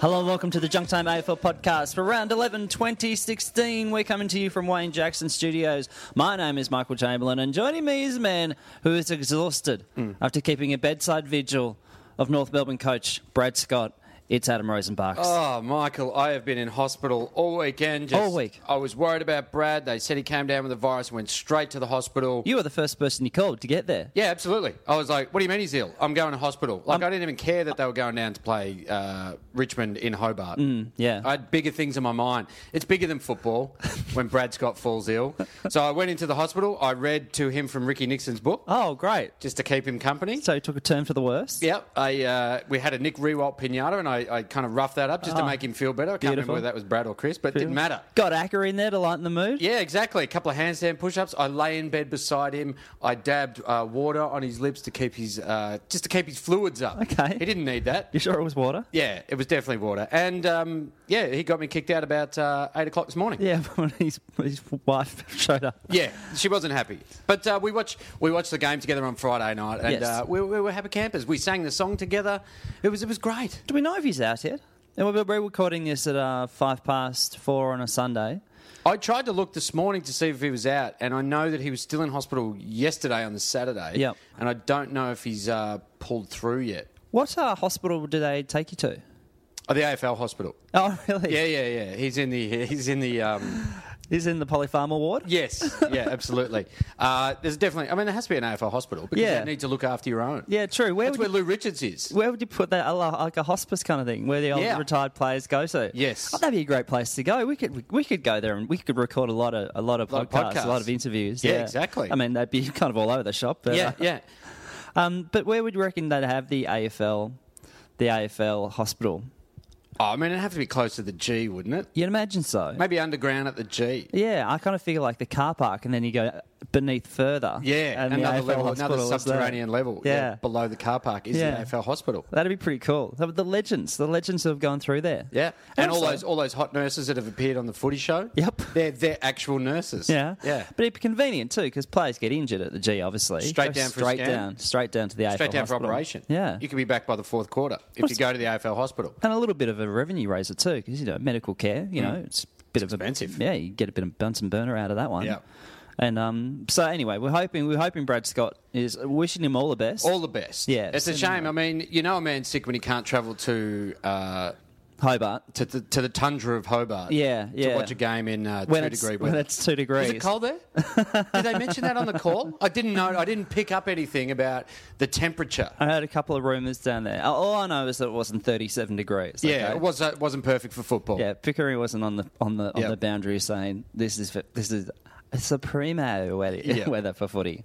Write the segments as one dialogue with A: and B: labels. A: Hello and welcome to the Junk Time AFL podcast for round 11 2016. We're coming to you from Wayne Jackson Studios. My name is Michael Chamberlain and joining me is a man who is exhausted
B: Hmm.
A: after keeping a bedside vigil of North Melbourne coach Brad Scott. It's Adam Rosenbach.
B: Oh, Michael, I have been in hospital all weekend. Just,
A: All week.
B: I was worried about Brad. They said he came down with the virus and went straight to the hospital.
A: You were the first person you called to get there.
B: yeah, absolutely. I was like, what do you mean he's ill? I'm going to hospital. Like, I'm, I did not even care that they were going down to play uh, Richmond in Hobart.
A: Yeah.
B: I had bigger things in my mind. It's bigger than football when Brad Scott falls ill. So I went into the hospital. I read to him from Ricky Nixon's book
A: oh, great.
B: just to keep him company.
A: So you took a turn for the worse?
B: Yep, I uh, we had a Nick Rewalt pinata, and I, I kind of roughed that up just to make him feel better. I can't
A: Ah, Beautiful.
B: remember whether that was Brad or Chris, but it didn't matter.
A: Got Acker in there to lighten the mood?
B: Yeah, exactly. A couple of handstand push-ups. I lay in bed beside him. I dabbed uh, water on his lips to keep his uh, just to keep his fluids up.
A: Okay.
B: he didn't need that.
A: You sure it was water?
B: Yeah, it was definitely water, and um, yeah, he got me kicked out about uh, eight o'clock this morning.
A: Yeah, when his, his wife showed up.
B: Yeah, she wasn't happy. But uh, we watched we watched the game together on Friday night, and
A: Yes.
B: uh, we, we were happy campers. We sang the song together. It was it was great.
A: Do we know if he's out yet? And we're we're recording this at uh, five past four on a Sunday.
B: I tried to look this morning to see if he was out, and I know that he was still in hospital yesterday on the Saturday.
A: Yep.
B: And I don't know if he's uh, pulled through yet.
A: What uh, hospital do they take you to?
B: Oh, the AFL hospital.
A: Oh, really?
B: Yeah, yeah, yeah. He's in the. He's in the. Um,
A: He's in the polypharma ward?
B: yes. Yeah, absolutely. Uh, there's definitely. I mean, there has to be an AFL hospital because
A: Yeah.
B: you need to look after your own.
A: Yeah, true. Where
B: That's
A: would
B: where
A: you,
B: Lou Richards is.
A: where would you put that? A lo- Like a hospice kind of thing, where the old
B: Yeah.
A: retired players go to.
B: Yes.
A: oh, that'd be a great place to go. We could we could go there and we could record a lot of a lot of,
B: Lot of
A: podcasts, a
B: podcasts.
A: lot of interviews.
B: Yeah, exactly.
A: I mean, that'd be kind of all over the shop. But,
B: Yeah,
A: uh,
B: yeah.
A: Um, but where would you reckon they'd have the AFL, the AFL hospital?
B: Oh, I mean, it'd have to be close to the G, wouldn't it?
A: You'd imagine so.
B: Maybe underground at the G.
A: Yeah, I kind of figure like the car park, and then you go beneath further.
B: Yeah,
A: and the
B: another
A: AFL
B: level, another
A: hospital is there.
B: subterranean level.
A: Yeah.
B: below the car park is
A: Yeah.
B: the AFL hospital.
A: That'd be pretty cool. The- The legends, the legends that have gone through there.
B: Yeah, and, all
A: also-
B: those all those hot nurses that have appeared on the Footy Show.
A: Yep.
B: they're they're actual nurses.
A: Yeah,
B: yeah.
A: But it'd be convenient too because players get injured at the G, obviously.
B: Straight
A: Go
B: down for a
A: straight
B: scan?
A: down, straight down to the AFL
B: Straight down
A: hospital.
B: for operation.
A: Yeah,
B: you could be back by the fourth quarter if you go to the AFL hospital.
A: and a little bit of a revenue raiser too because you know medical care. You know, it's a bit of
B: Mm. expensive.
A: A, yeah, you get a bit of Bunsen burner out of that one.
B: Yeah.
A: And um, so anyway, we're hoping we're hoping Brad Scott is wishing him all the best.
B: All the best.
A: Yeah,
B: it's a
A: send them
B: shame. I mean, you know, a man's sick when he can't travel to uh,
A: Hobart.
B: to, the to the tundra of Hobart.
A: Yeah, yeah.
B: To watch a game in uh,
A: When
B: two
A: it's-
B: degree
A: when
B: weather.
A: it's two degrees.
B: Is it cold there? Did they mention that on the call? I didn't know. I didn't pick up anything about the temperature.
A: I heard a couple of rumours down there. All I know is that it wasn't 37 degrees.
B: Yeah,
A: okay?
B: it was uh, it wasn't perfect for football.
A: Yeah, Pickering wasn't on the on the on
B: Yeah.
A: the boundary saying this is this is a supremo weather,
B: Yeah.
A: weather for footy.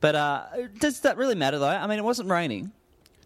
A: But uh, does that really matter though? I mean, it wasn't raining.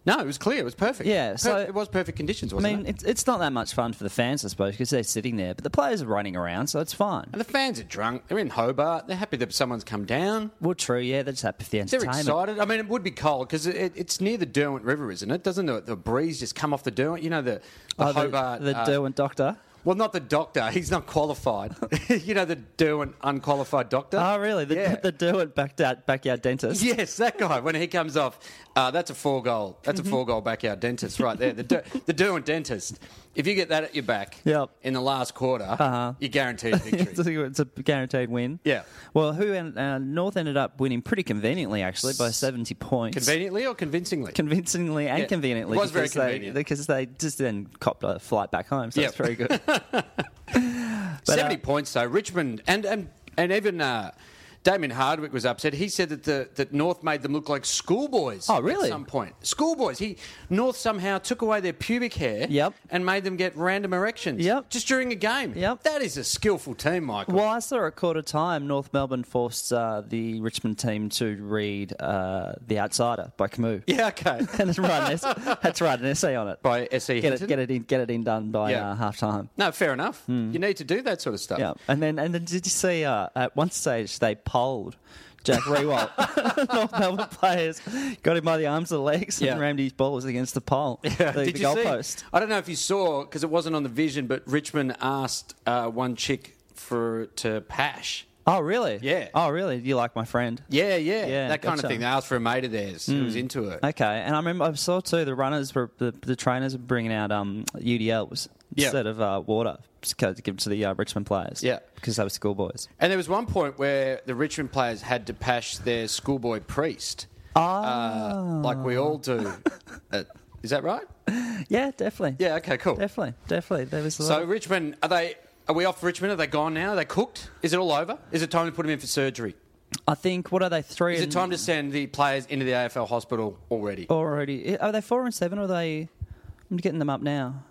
B: No, it was clear. It was perfect.
A: Yeah,
B: Per-
A: so-
B: it was perfect conditions,
A: I
B: wasn't
A: mean,
B: it?
A: it's it's not that much fun for the fans, I suppose, because they're sitting there. But the players are running around, so it's fine.
B: And the fans are drunk. They're in Hobart. They're happy that someone's come down.
A: Well, true, yeah, they're just happy for the
B: They're
A: entertainment.
B: excited. I mean, it would be cold because it, it, it's near the Derwent River, isn't it? Doesn't the, the breeze just come off the Derwent? You know, the, the
A: Oh,
B: Hobart.
A: the, the
B: uh,
A: Derwent doctor.
B: Well, not the doctor. He's not qualified. you know, the Derwent unqualified doctor.
A: Oh, really? The,
B: yeah.
A: the Derwent backyard, backyard dentist.
B: Yes, that guy. When he comes off, uh, that's a four goal. That's a
A: Mm-hmm.
B: four goal backyard dentist right there. The Der- the Derwent dentist. If you get that at your back
A: Yep. Uh-huh.
B: in the last quarter, you're guaranteed victory.
A: it's, a, it's a guaranteed win.
B: Yeah.
A: Well, who en- uh, North ended up winning pretty conveniently, actually, by seventy points.
B: Conveniently or convincingly?
A: Convincingly and
B: Yeah.
A: conveniently.
B: It was very
A: because they-
B: convenient.
A: because they just then copped a flight back home, so
B: Yep.
A: it's very good.
B: Seventy points though. Richmond and and and even uh, Damien Hardwick was upset. He said that the that North made them look like schoolboys.
A: Oh, really?
B: At some point, schoolboys. He North somehow took away their pubic hair.
A: Yep.
B: And made them get random erections.
A: Yep.
B: Just during a game.
A: Yep.
B: That is a skillful team, Michael.
A: Well, I saw at quarter time, North Melbourne forced uh, the Richmond team to read uh, The Outsider by Camus.
B: Yeah. Okay.
A: and then write an essay, had to write an essay on it.
B: By S.E.
A: Get
B: Hinton?
A: it, get it in, get it in done by
B: Yeah.
A: uh, half time.
B: no, fair enough. You need to do that sort of stuff.
A: Hmm. Yeah, and then and then did you see uh, at one stage they polled Jack Rewalt, North Melbourne players, got him by the arms and legs
B: Yeah.
A: and rammed his balls against the pole, the,
B: Did
A: the
B: you see?
A: goalpost.
B: I don't know if you saw because it wasn't on the vision, but Richmond asked uh, one chick for to pash.
A: Oh really?
B: Yeah.
A: Oh really? You like my friend?
B: Yeah, yeah,
A: Yeah,
B: that kind
A: gotcha. Hmm.
B: of thing. They asked for a mate of theirs who was into it.
A: Okay, and I remember I saw too the runners were the, the trainers were bringing out um, UDLs
B: Yeah.
A: instead of uh, water just to give to the uh, Richmond players.
B: Yeah.
A: because they were schoolboys.
B: And there was one point where the Richmond players had to pash their schoolboy priest,
A: Ah.
B: uh, like we all do. uh, is that right?
A: Yeah, definitely.
B: Yeah. Okay. Cool.
A: Definitely, definitely. There was a lot
B: So
A: of-
B: Richmond, are they? Are we off Richmond? Are they gone now? Are they cooked? Is it all over? Is it time to put them in for surgery?
A: I think what are they three?
B: Is it
A: and-
B: time to send the players into the AFL hospital already?
A: Oh. already? Are they four and seven? Or are they? I'm getting them up now.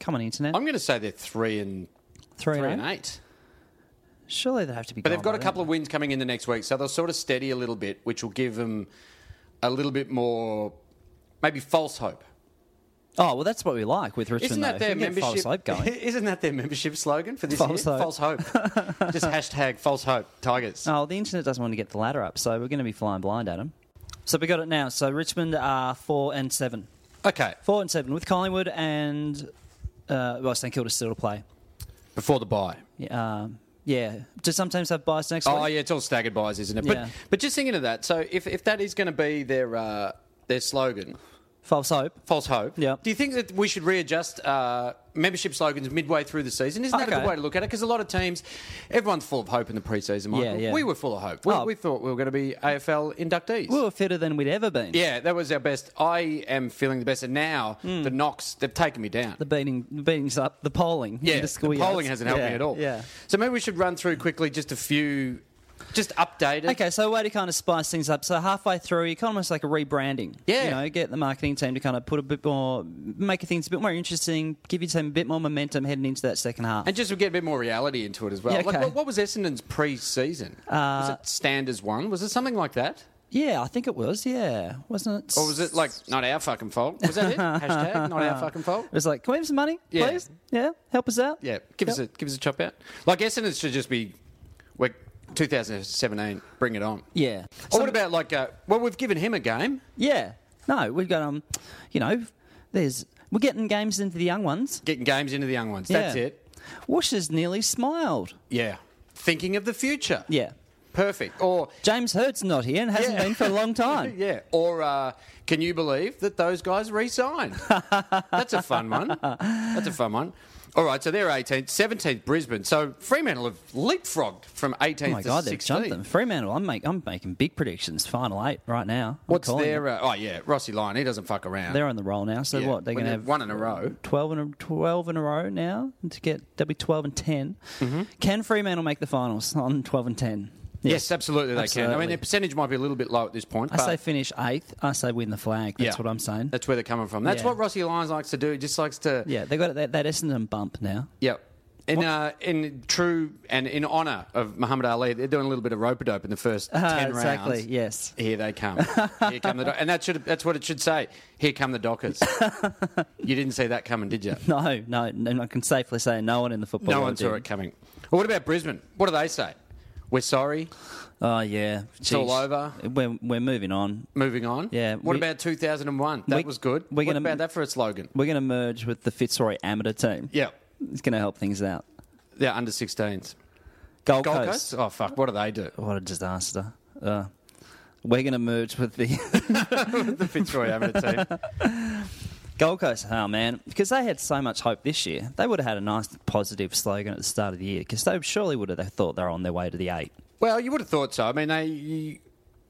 A: Come on, internet.
B: I'm going to say they're three and
A: three,
B: three
A: and
B: and
A: eight. Oh,
B: eight.
A: Surely they have to be.
B: But they've got a couple of wins coming in the next week, so they'll sort of steady a little bit, which will give them a little bit more, maybe false hope.
A: Oh well, that's what we like with Richmond.
B: Isn't
A: though.
B: that their
A: If we get False
B: membership?
A: hope going.
B: Isn't that their membership slogan for this
A: False
B: year?
A: hope.
B: False hope. Just hashtag false hope Tigers.
A: oh, the internet doesn't want to get the ladder up, so we're going to be flying blind at them. So we got it now. So Richmond are four and seven.
B: Okay,
A: Four and seven with Collingwood and uh, well, St Kilda still to play.
B: before the bye.
A: Yeah, um, yeah. Do sometimes have buys next
B: Oh
A: week?
B: yeah, it's all staggered buys, isn't it?
A: Yeah.
B: But but just thinking of that. So if if that is going to be their uh, their slogan,
A: False hope.
B: false hope.
A: Yeah.
B: Do you think that we should readjust uh, membership slogans midway through the season? Isn't that a
A: Okay.
B: good way to look at it? Because a lot of teams, everyone's full of hope in the preseason. Michael.
A: Yeah, yeah.
B: We were full of hope. We,
A: Oh.
B: we thought we were going to be AFL inductees.
A: We were fitter than we'd ever been.
B: yeah, that was our best. I am feeling the best, and now the knocks they've taken me down.
A: Hmm. The beating, the beatings up, the polling. in
B: yeah,
A: the, schoolyards.
B: polling hasn't helped
A: Yeah,
B: me at all.
A: Yeah.
B: So maybe we should run through quickly just a few, just updated.
A: Okay, so a way to kind of spice things up. So halfway through, you kind of almost like a rebranding.
B: Yeah.
A: You know, get the marketing team to kind of put a bit more, make things a bit more interesting, give your team a bit more momentum heading into that second half.
B: And just to get a bit more reality into it as well.
A: Yeah, okay. Uh,
B: Like, what, what was Essendon's pre-season? was it Standards One? Was it something like that?
A: yeah, I think it was. Yeah, wasn't it?
B: Or was it like not our fucking fault? Was that it? Hashtag not our fucking fault.
A: Uh, It was like, can we have some money,
B: Yeah.
A: please? Yeah, help us out.
B: Yeah, give us a
A: Yep.
B: give us a chop out. Like Essendon should just be, we're 2017, bring it on.
A: Yeah.
B: Or what about like, uh, well, we've given him a game.
A: Yeah. No, we've got um, you know, there's we're getting games into the young ones.
B: Getting games into the young ones. That's
A: Yeah.
B: it.
A: Washers nearly smiled.
B: Yeah. Thinking of the future.
A: Yeah.
B: Perfect. Or
A: James Hurt's not here and hasn't
B: Yeah.
A: been for a long time.
B: yeah. Or uh, can you believe that those guys re-signed? That's a fun one. That's a fun one. All right, so they're 18th, 17th Brisbane. So Fremantle have leapfrogged from 18th
A: Oh my
B: to
A: god, they've
B: 16th.
A: jumped them. Fremantle, I'm, make, I'm making big predictions. Final eight right now. I'm
B: What's
A: calling
B: their?
A: it.
B: Uh, oh yeah, Rossi Lyon. He doesn't fuck around.
A: They're on the roll now. So
B: Yeah,
A: what? They're
B: when
A: going to
B: they're
A: have
B: one oh. in a row.
A: Twelve in a, twelve in a row now to get. They'll be twelve and 10 Can Fremantle make the finals on twelve and ten?
B: Mm-hmm. yes, absolutely they can. I mean,
A: Absolutely.
B: their percentage might be a little bit low at this point.
A: I
B: but
A: say finish eighth. I say win the flag. That's
B: yeah,
A: what I'm saying.
B: That's where they're coming from. That's
A: Yeah.
B: what Rossi Lyons likes to do. He just likes to.
A: yeah, they got that, that Essendon bump now.
B: Yep. In, uh, in true and in honour of Muhammad Ali, they're doing a little bit of rope a dope in the first
A: Ah,
B: ten
A: exactly.
B: rounds.
A: Yes.
B: Here they come. Here come the do- and that should that's what it should say. Here come the Dockers. you didn't see that coming, did you?
A: No, no, no. I can safely say no one in the football.
B: No one
A: world
B: saw
A: did.
B: it coming. Well, what about Brisbane? What do they say? We're sorry.
A: Oh yeah, it's
B: all over.
A: We're we're moving on.
B: Moving on.
A: Yeah,
B: What
A: we-
B: about 2001? That
A: we-
B: was good.
A: we're
B: what
A: gonna-
B: about that for a slogan?
A: We're going to merge with the Fitzroy amateur team.
B: Yeah.
A: It's going to help things out.
B: Yeah, under 16s.
A: Gold,
B: Gold
A: Coast.
B: Coast? Oh, fuck. What do they do?
A: What a disaster. Uh, we're going to merge with the
B: the Fitzroy amateur team.
A: Gold Coast. Oh, man. Because they had so much hope this year. They would have had a nice positive slogan at the start of the year because they surely would have thought they were on their way to the eight.
B: Well, you would have thought so. I mean, they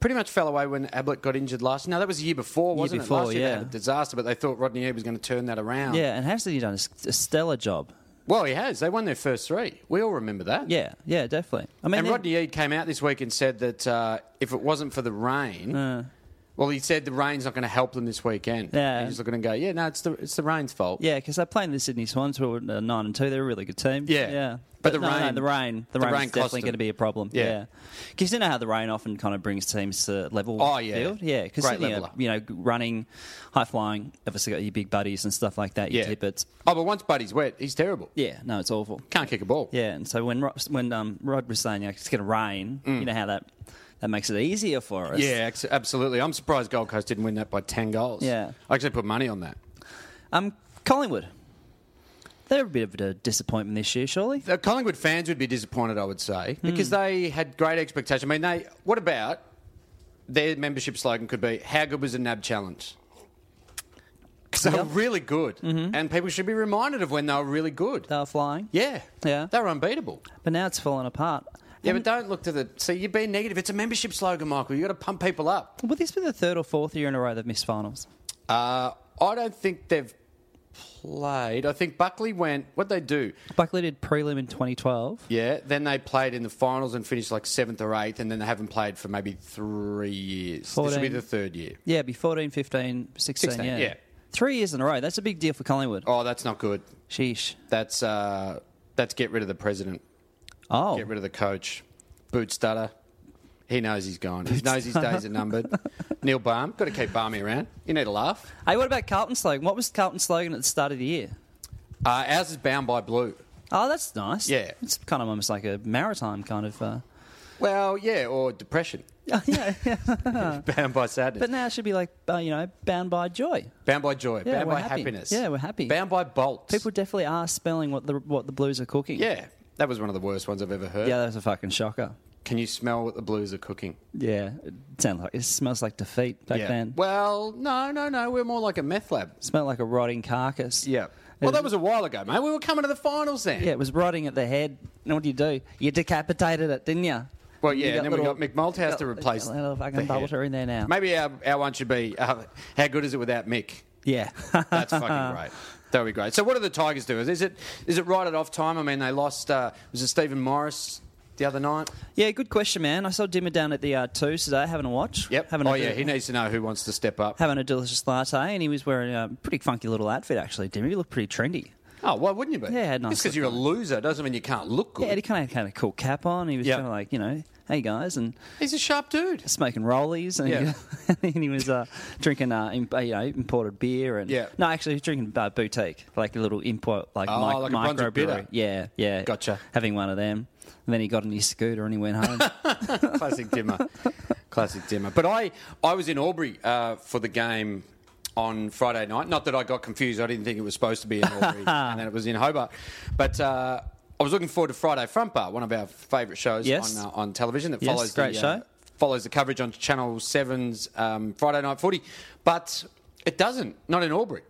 B: pretty much fell away when Ablett got injured last year. Now, that was the year before, wasn't
A: before,
B: it? Last year they
A: yeah.
B: Oh. had a disaster, but they thought Rodney Ebb was going to turn that around.
A: Yeah, and Hasley done a s- a stellar job.
B: Well, he has. They won their first three. We all remember that.
A: Yeah, yeah, definitely. I mean,
B: And
A: they're-
B: Rodney Eade came out this week and said that uh, if it wasn't for the rain, well, he said the rain's not going to help them this weekend.
A: Uh. Yeah.
B: He's looking and go, yeah, no, it's the it's the rain's fault.
A: yeah, because they play in the Sydney Swans who are uh, nine and two. They're a really good team.
B: Yeah.
A: yeah.
B: But the
A: no, no,
B: rain-
A: the rain, the,
B: the
A: rain,
B: rain
A: is definitely going
B: cost
A: to
B: them.
A: be a problem.
B: Yeah.
A: Yeah, because you know how the rain often kind of brings teams to level.
B: Oh, yeah.
A: field? yeah, because
B: Great
A: Sydney, are,
B: leveler.
A: you know, running, high flying. Obviously, got your big buddies and stuff like that. Your
B: Yeah.
A: tippets.
B: Oh, but once Buddy's wet, he's terrible.
A: Yeah, no, it's awful.
B: Can't kick a ball.
A: Yeah, and so when Ro- when um, Rod was saying like, it's going to rain, you know how that that makes it easier for us.
B: Mm. Yeah, ex- absolutely. I'm surprised Gold Coast didn't win that by 10 goals.
A: Yeah.
B: I actually put money on that.
A: Um, Collingwood, they're a bit of a disappointment this year, surely.
B: The Collingwood fans would be disappointed, I would say,
A: Hmm.
B: because they had great expectation. I mean, they what about their membership slogan could be "How good was the NAB challenge?" Because they
A: Yep.
B: were really good,
A: Mm-hmm.
B: and people should be reminded of when they were really good.
A: They were flying,
B: yeah,
A: Yeah.
B: they were unbeatable.
A: but now it's fallen apart.
B: Yeah, but don't look to the. See, you're being negative. It's a membership slogan, Michael. You got to pump people up.
A: Would this be the third or fourth year in a row they've missed finals?
B: Uh, I don't think they've played. I think Buckley went. What they do?
A: Buckley did prelim in 2012.
B: Yeah, then they played in the finals and finished like seventh or eighth, and then they haven't played for maybe three years. This will be
A: 14.
B: the third year.
A: Yeah, it'd be 14, 15, 16,
B: 16,
A: yeah.
B: yeah.
A: Three years in a row. That's a big deal for Collingwood.
B: Oh, that's not good.
A: Sheesh.
B: That's uh, that's get rid of the president,
A: Oh,
B: get rid of the coach, Boot Stutter. He knows he's gone. He knows his days are numbered. Neil Barm, got to keep Barmy around. You need a laugh.
A: hey, what about Carlton's slogan? What was Carlton's slogan at the start of the year?
B: Uh, ours is bound by blue.
A: Oh, that's nice.
B: Yeah.
A: It's kind of almost like a maritime kind of. Uh,
B: Well, yeah, or depression.
A: yeah, yeah.
B: bound by sadness.
A: but now it should be like, uh, you know, bound by joy.
B: bound by joy.
A: Yeah,
B: bound
A: we're
B: by
A: happy.
B: happiness.
A: Yeah, we're happy.
B: Bound by bolts.
A: People definitely are spelling what the what the blues are cooking.
B: Yeah, that was one of the worst ones I've ever heard.
A: Yeah, that was a fucking shocker.
B: Can you smell what the blues are cooking?
A: Yeah. It sounds like it smells like defeat back then.
B: Well, no, no, no. We're more like a meth lab.
A: It smelled like a rotting carcass.
B: Well, that was a while ago, mate. We were coming to the finals then.
A: Yeah, it was rotting at the head. And what do you do? You decapitated it, didn't you?
B: Well, yeah,
A: You
B: and then
A: little-
B: we got Mick Malthouse to
A: you got
B: replace
A: a little
B: the
A: fucking
B: head.
A: bolter in there now.
B: Maybe our, our one should be uh, how good is it without Mick?
A: Yeah.
B: That's fucking great. That would be great. So, what do the Tigers do? Is it is it right at off time? I mean, they lost. Uh, was it Stephen Morris the other night?
A: yeah, good question, man. I saw Dimmer down at the uh, two today having a watch.
B: Yep.
A: Having
B: oh
A: a
B: yeah,
A: bit-
B: he needs to know who wants to step up.
A: having a delicious latte, and he was wearing a pretty funky little outfit actually. Dimmer, he looked pretty trendy.
B: oh, why wouldn't you be?
A: Yeah, had nice
B: Just because you're a loser doesn't mean you can't look good.
A: Yeah, he kind of had a cool cap on. He was
B: Yeah.
A: kind of like, you know, hey guys, and
B: He's a sharp dude.
A: smoking rollies, and,
B: Yeah.
A: he, and he was uh, drinking, uh, imp- uh, you know, imported beer, and
B: Yeah.
A: no, actually, he was drinking uh, boutique, like a little import, like,
B: Oh,
A: mic-
B: like a
A: micro
B: Brunswick bitter.
A: brewery. Yeah, yeah,
B: Gotcha.
A: Having one of them, and then he got on his scooter and he went home.
B: Classic dimmer. Classic dimmer. But I, I was in Albury uh, for the game on Friday night. Not that I got confused. I didn't think it was supposed to be in Albury, and then it was in Hobart. But uh, I was looking forward to Friday Front Bar, one of our favourite shows
A: Yes.
B: on, uh, on television that
A: Yes,
B: follows
A: great
B: the, uh,
A: show.
B: follows the coverage on Channel 7's um, Friday Night Footy. But it doesn't. Not in Albury.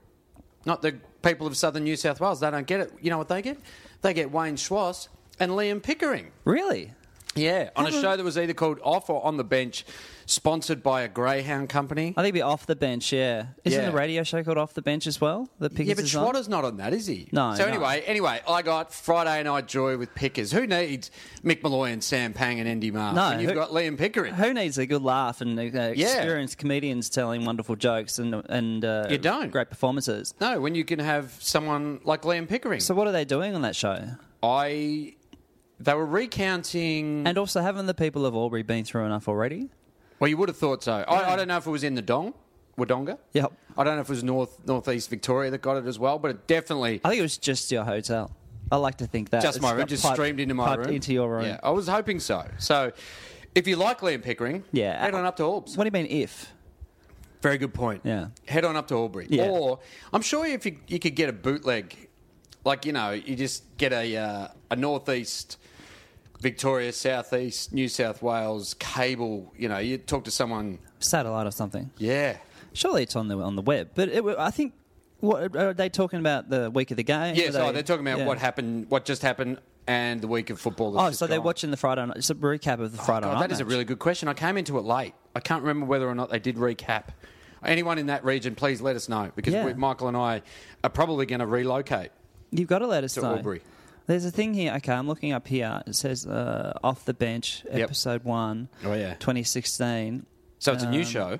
B: Not the people of southern New South Wales. They don't get it. You know what they get? They get Wayne Schwartz and Liam Pickering.
A: really?
B: Yeah, on a show that was either called Off or On the Bench, sponsored by a Greyhound company.
A: I think it'd be off the bench. Yeah, isn't
B: Yeah.
A: the radio show called Off the Bench as well? The
B: Yeah, but
A: is on?
B: Schwatter's not on that, is he?
A: No,
B: So
A: no.
B: anyway, anyway, I got Friday night joy with Pickers. Who needs Mick Malloy and Sam Pang and Andy Marr?
A: No,
B: and you've
A: who-
B: got Liam Pickering.
A: Who needs a good laugh and uh, experienced comedians telling wonderful jokes and and uh,
B: You don't.
A: great performances?
B: No, when you can have someone like Liam Pickering.
A: So what are they doing on that show?
B: I, they were recounting.
A: And also, haven't the people of Albury been through enough already?
B: well, you would have thought so. I, I don't know if it was in the Dong, Wodonga.
A: Yep.
B: I don't know if it was North Northeast Victoria that got it as well, but it definitely
A: I think it was just your hotel. I like to think that Uh,
B: just
A: It's
B: my room,
A: got
B: just
A: piped-
B: streamed into my
A: piped
B: room,
A: into your room.
B: Yeah, Oh, I was hoping so. So, if you like Liam Pickering,
A: Yeah.
B: head on up to Orbs.
A: What do you mean if?
B: Very good point.
A: Yeah.
B: head on up to Albury,
A: Yeah.
B: or I'm sure if you you could get a bootleg, like you know, you just get a uh, a northeast. Victoria, Southeast, New South Wales, cable. You know, you talk to someone.
A: Satellite or something.
B: Yeah,
A: Surely it's on the on the web. But it, wa- I think what are they talking about the week of the game?
B: yeah.
A: Are
B: So
A: they-
B: they're talking about
A: yeah.
B: what happened, what just happened, and the week of football. that's
A: Oh,
B: just
A: so they're
B: gone. Oh,
A: watching the Friday night. It's a recap of the Friday
B: God,
A: night.
B: that is a
A: match.
B: really good question. I came into it late. I can't remember whether or not they did recap. Anyone in that region, please let us know because
A: Yeah.
B: we, Michael and I are probably going to relocate
A: You've got to let us
B: To
A: know.
B: Albury.
A: There's a thing here. Okay, I'm looking up here. It says uh, off the bench, episode one,
B: Oh, yeah.
A: 2016.
B: So it's a
A: Um,
B: new show.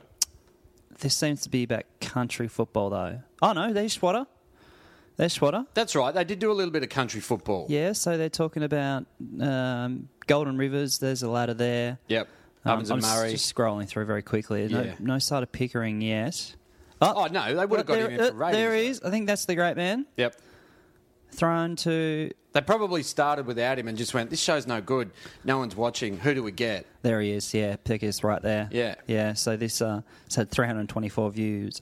A: This seems to be about country football though. Oh no, they're Schwatter. They're Schwatter.
B: That's right. They did do a little bit of country football.
A: Yeah, so they're talking about um, Golden Rivers. There's a ladder there.
B: Yep.
A: Um,
B: Ovens and
A: I'm s-
B: Murray.
A: just scrolling through very quickly. No,
B: Yeah.
A: no sight of Pickering yet.
B: Oh no, they would have got
A: there,
B: him in for
A: uh,
B: ratings.
A: there is. I think that's the great man
B: Yep.
A: thrown to.
B: They probably started without him and just went, "This show's no good. No one's watching. Who do we get?"
A: There he is. Yeah, Pickers right there.
B: Yeah.
A: yeah. So this uh, it's had 324 views.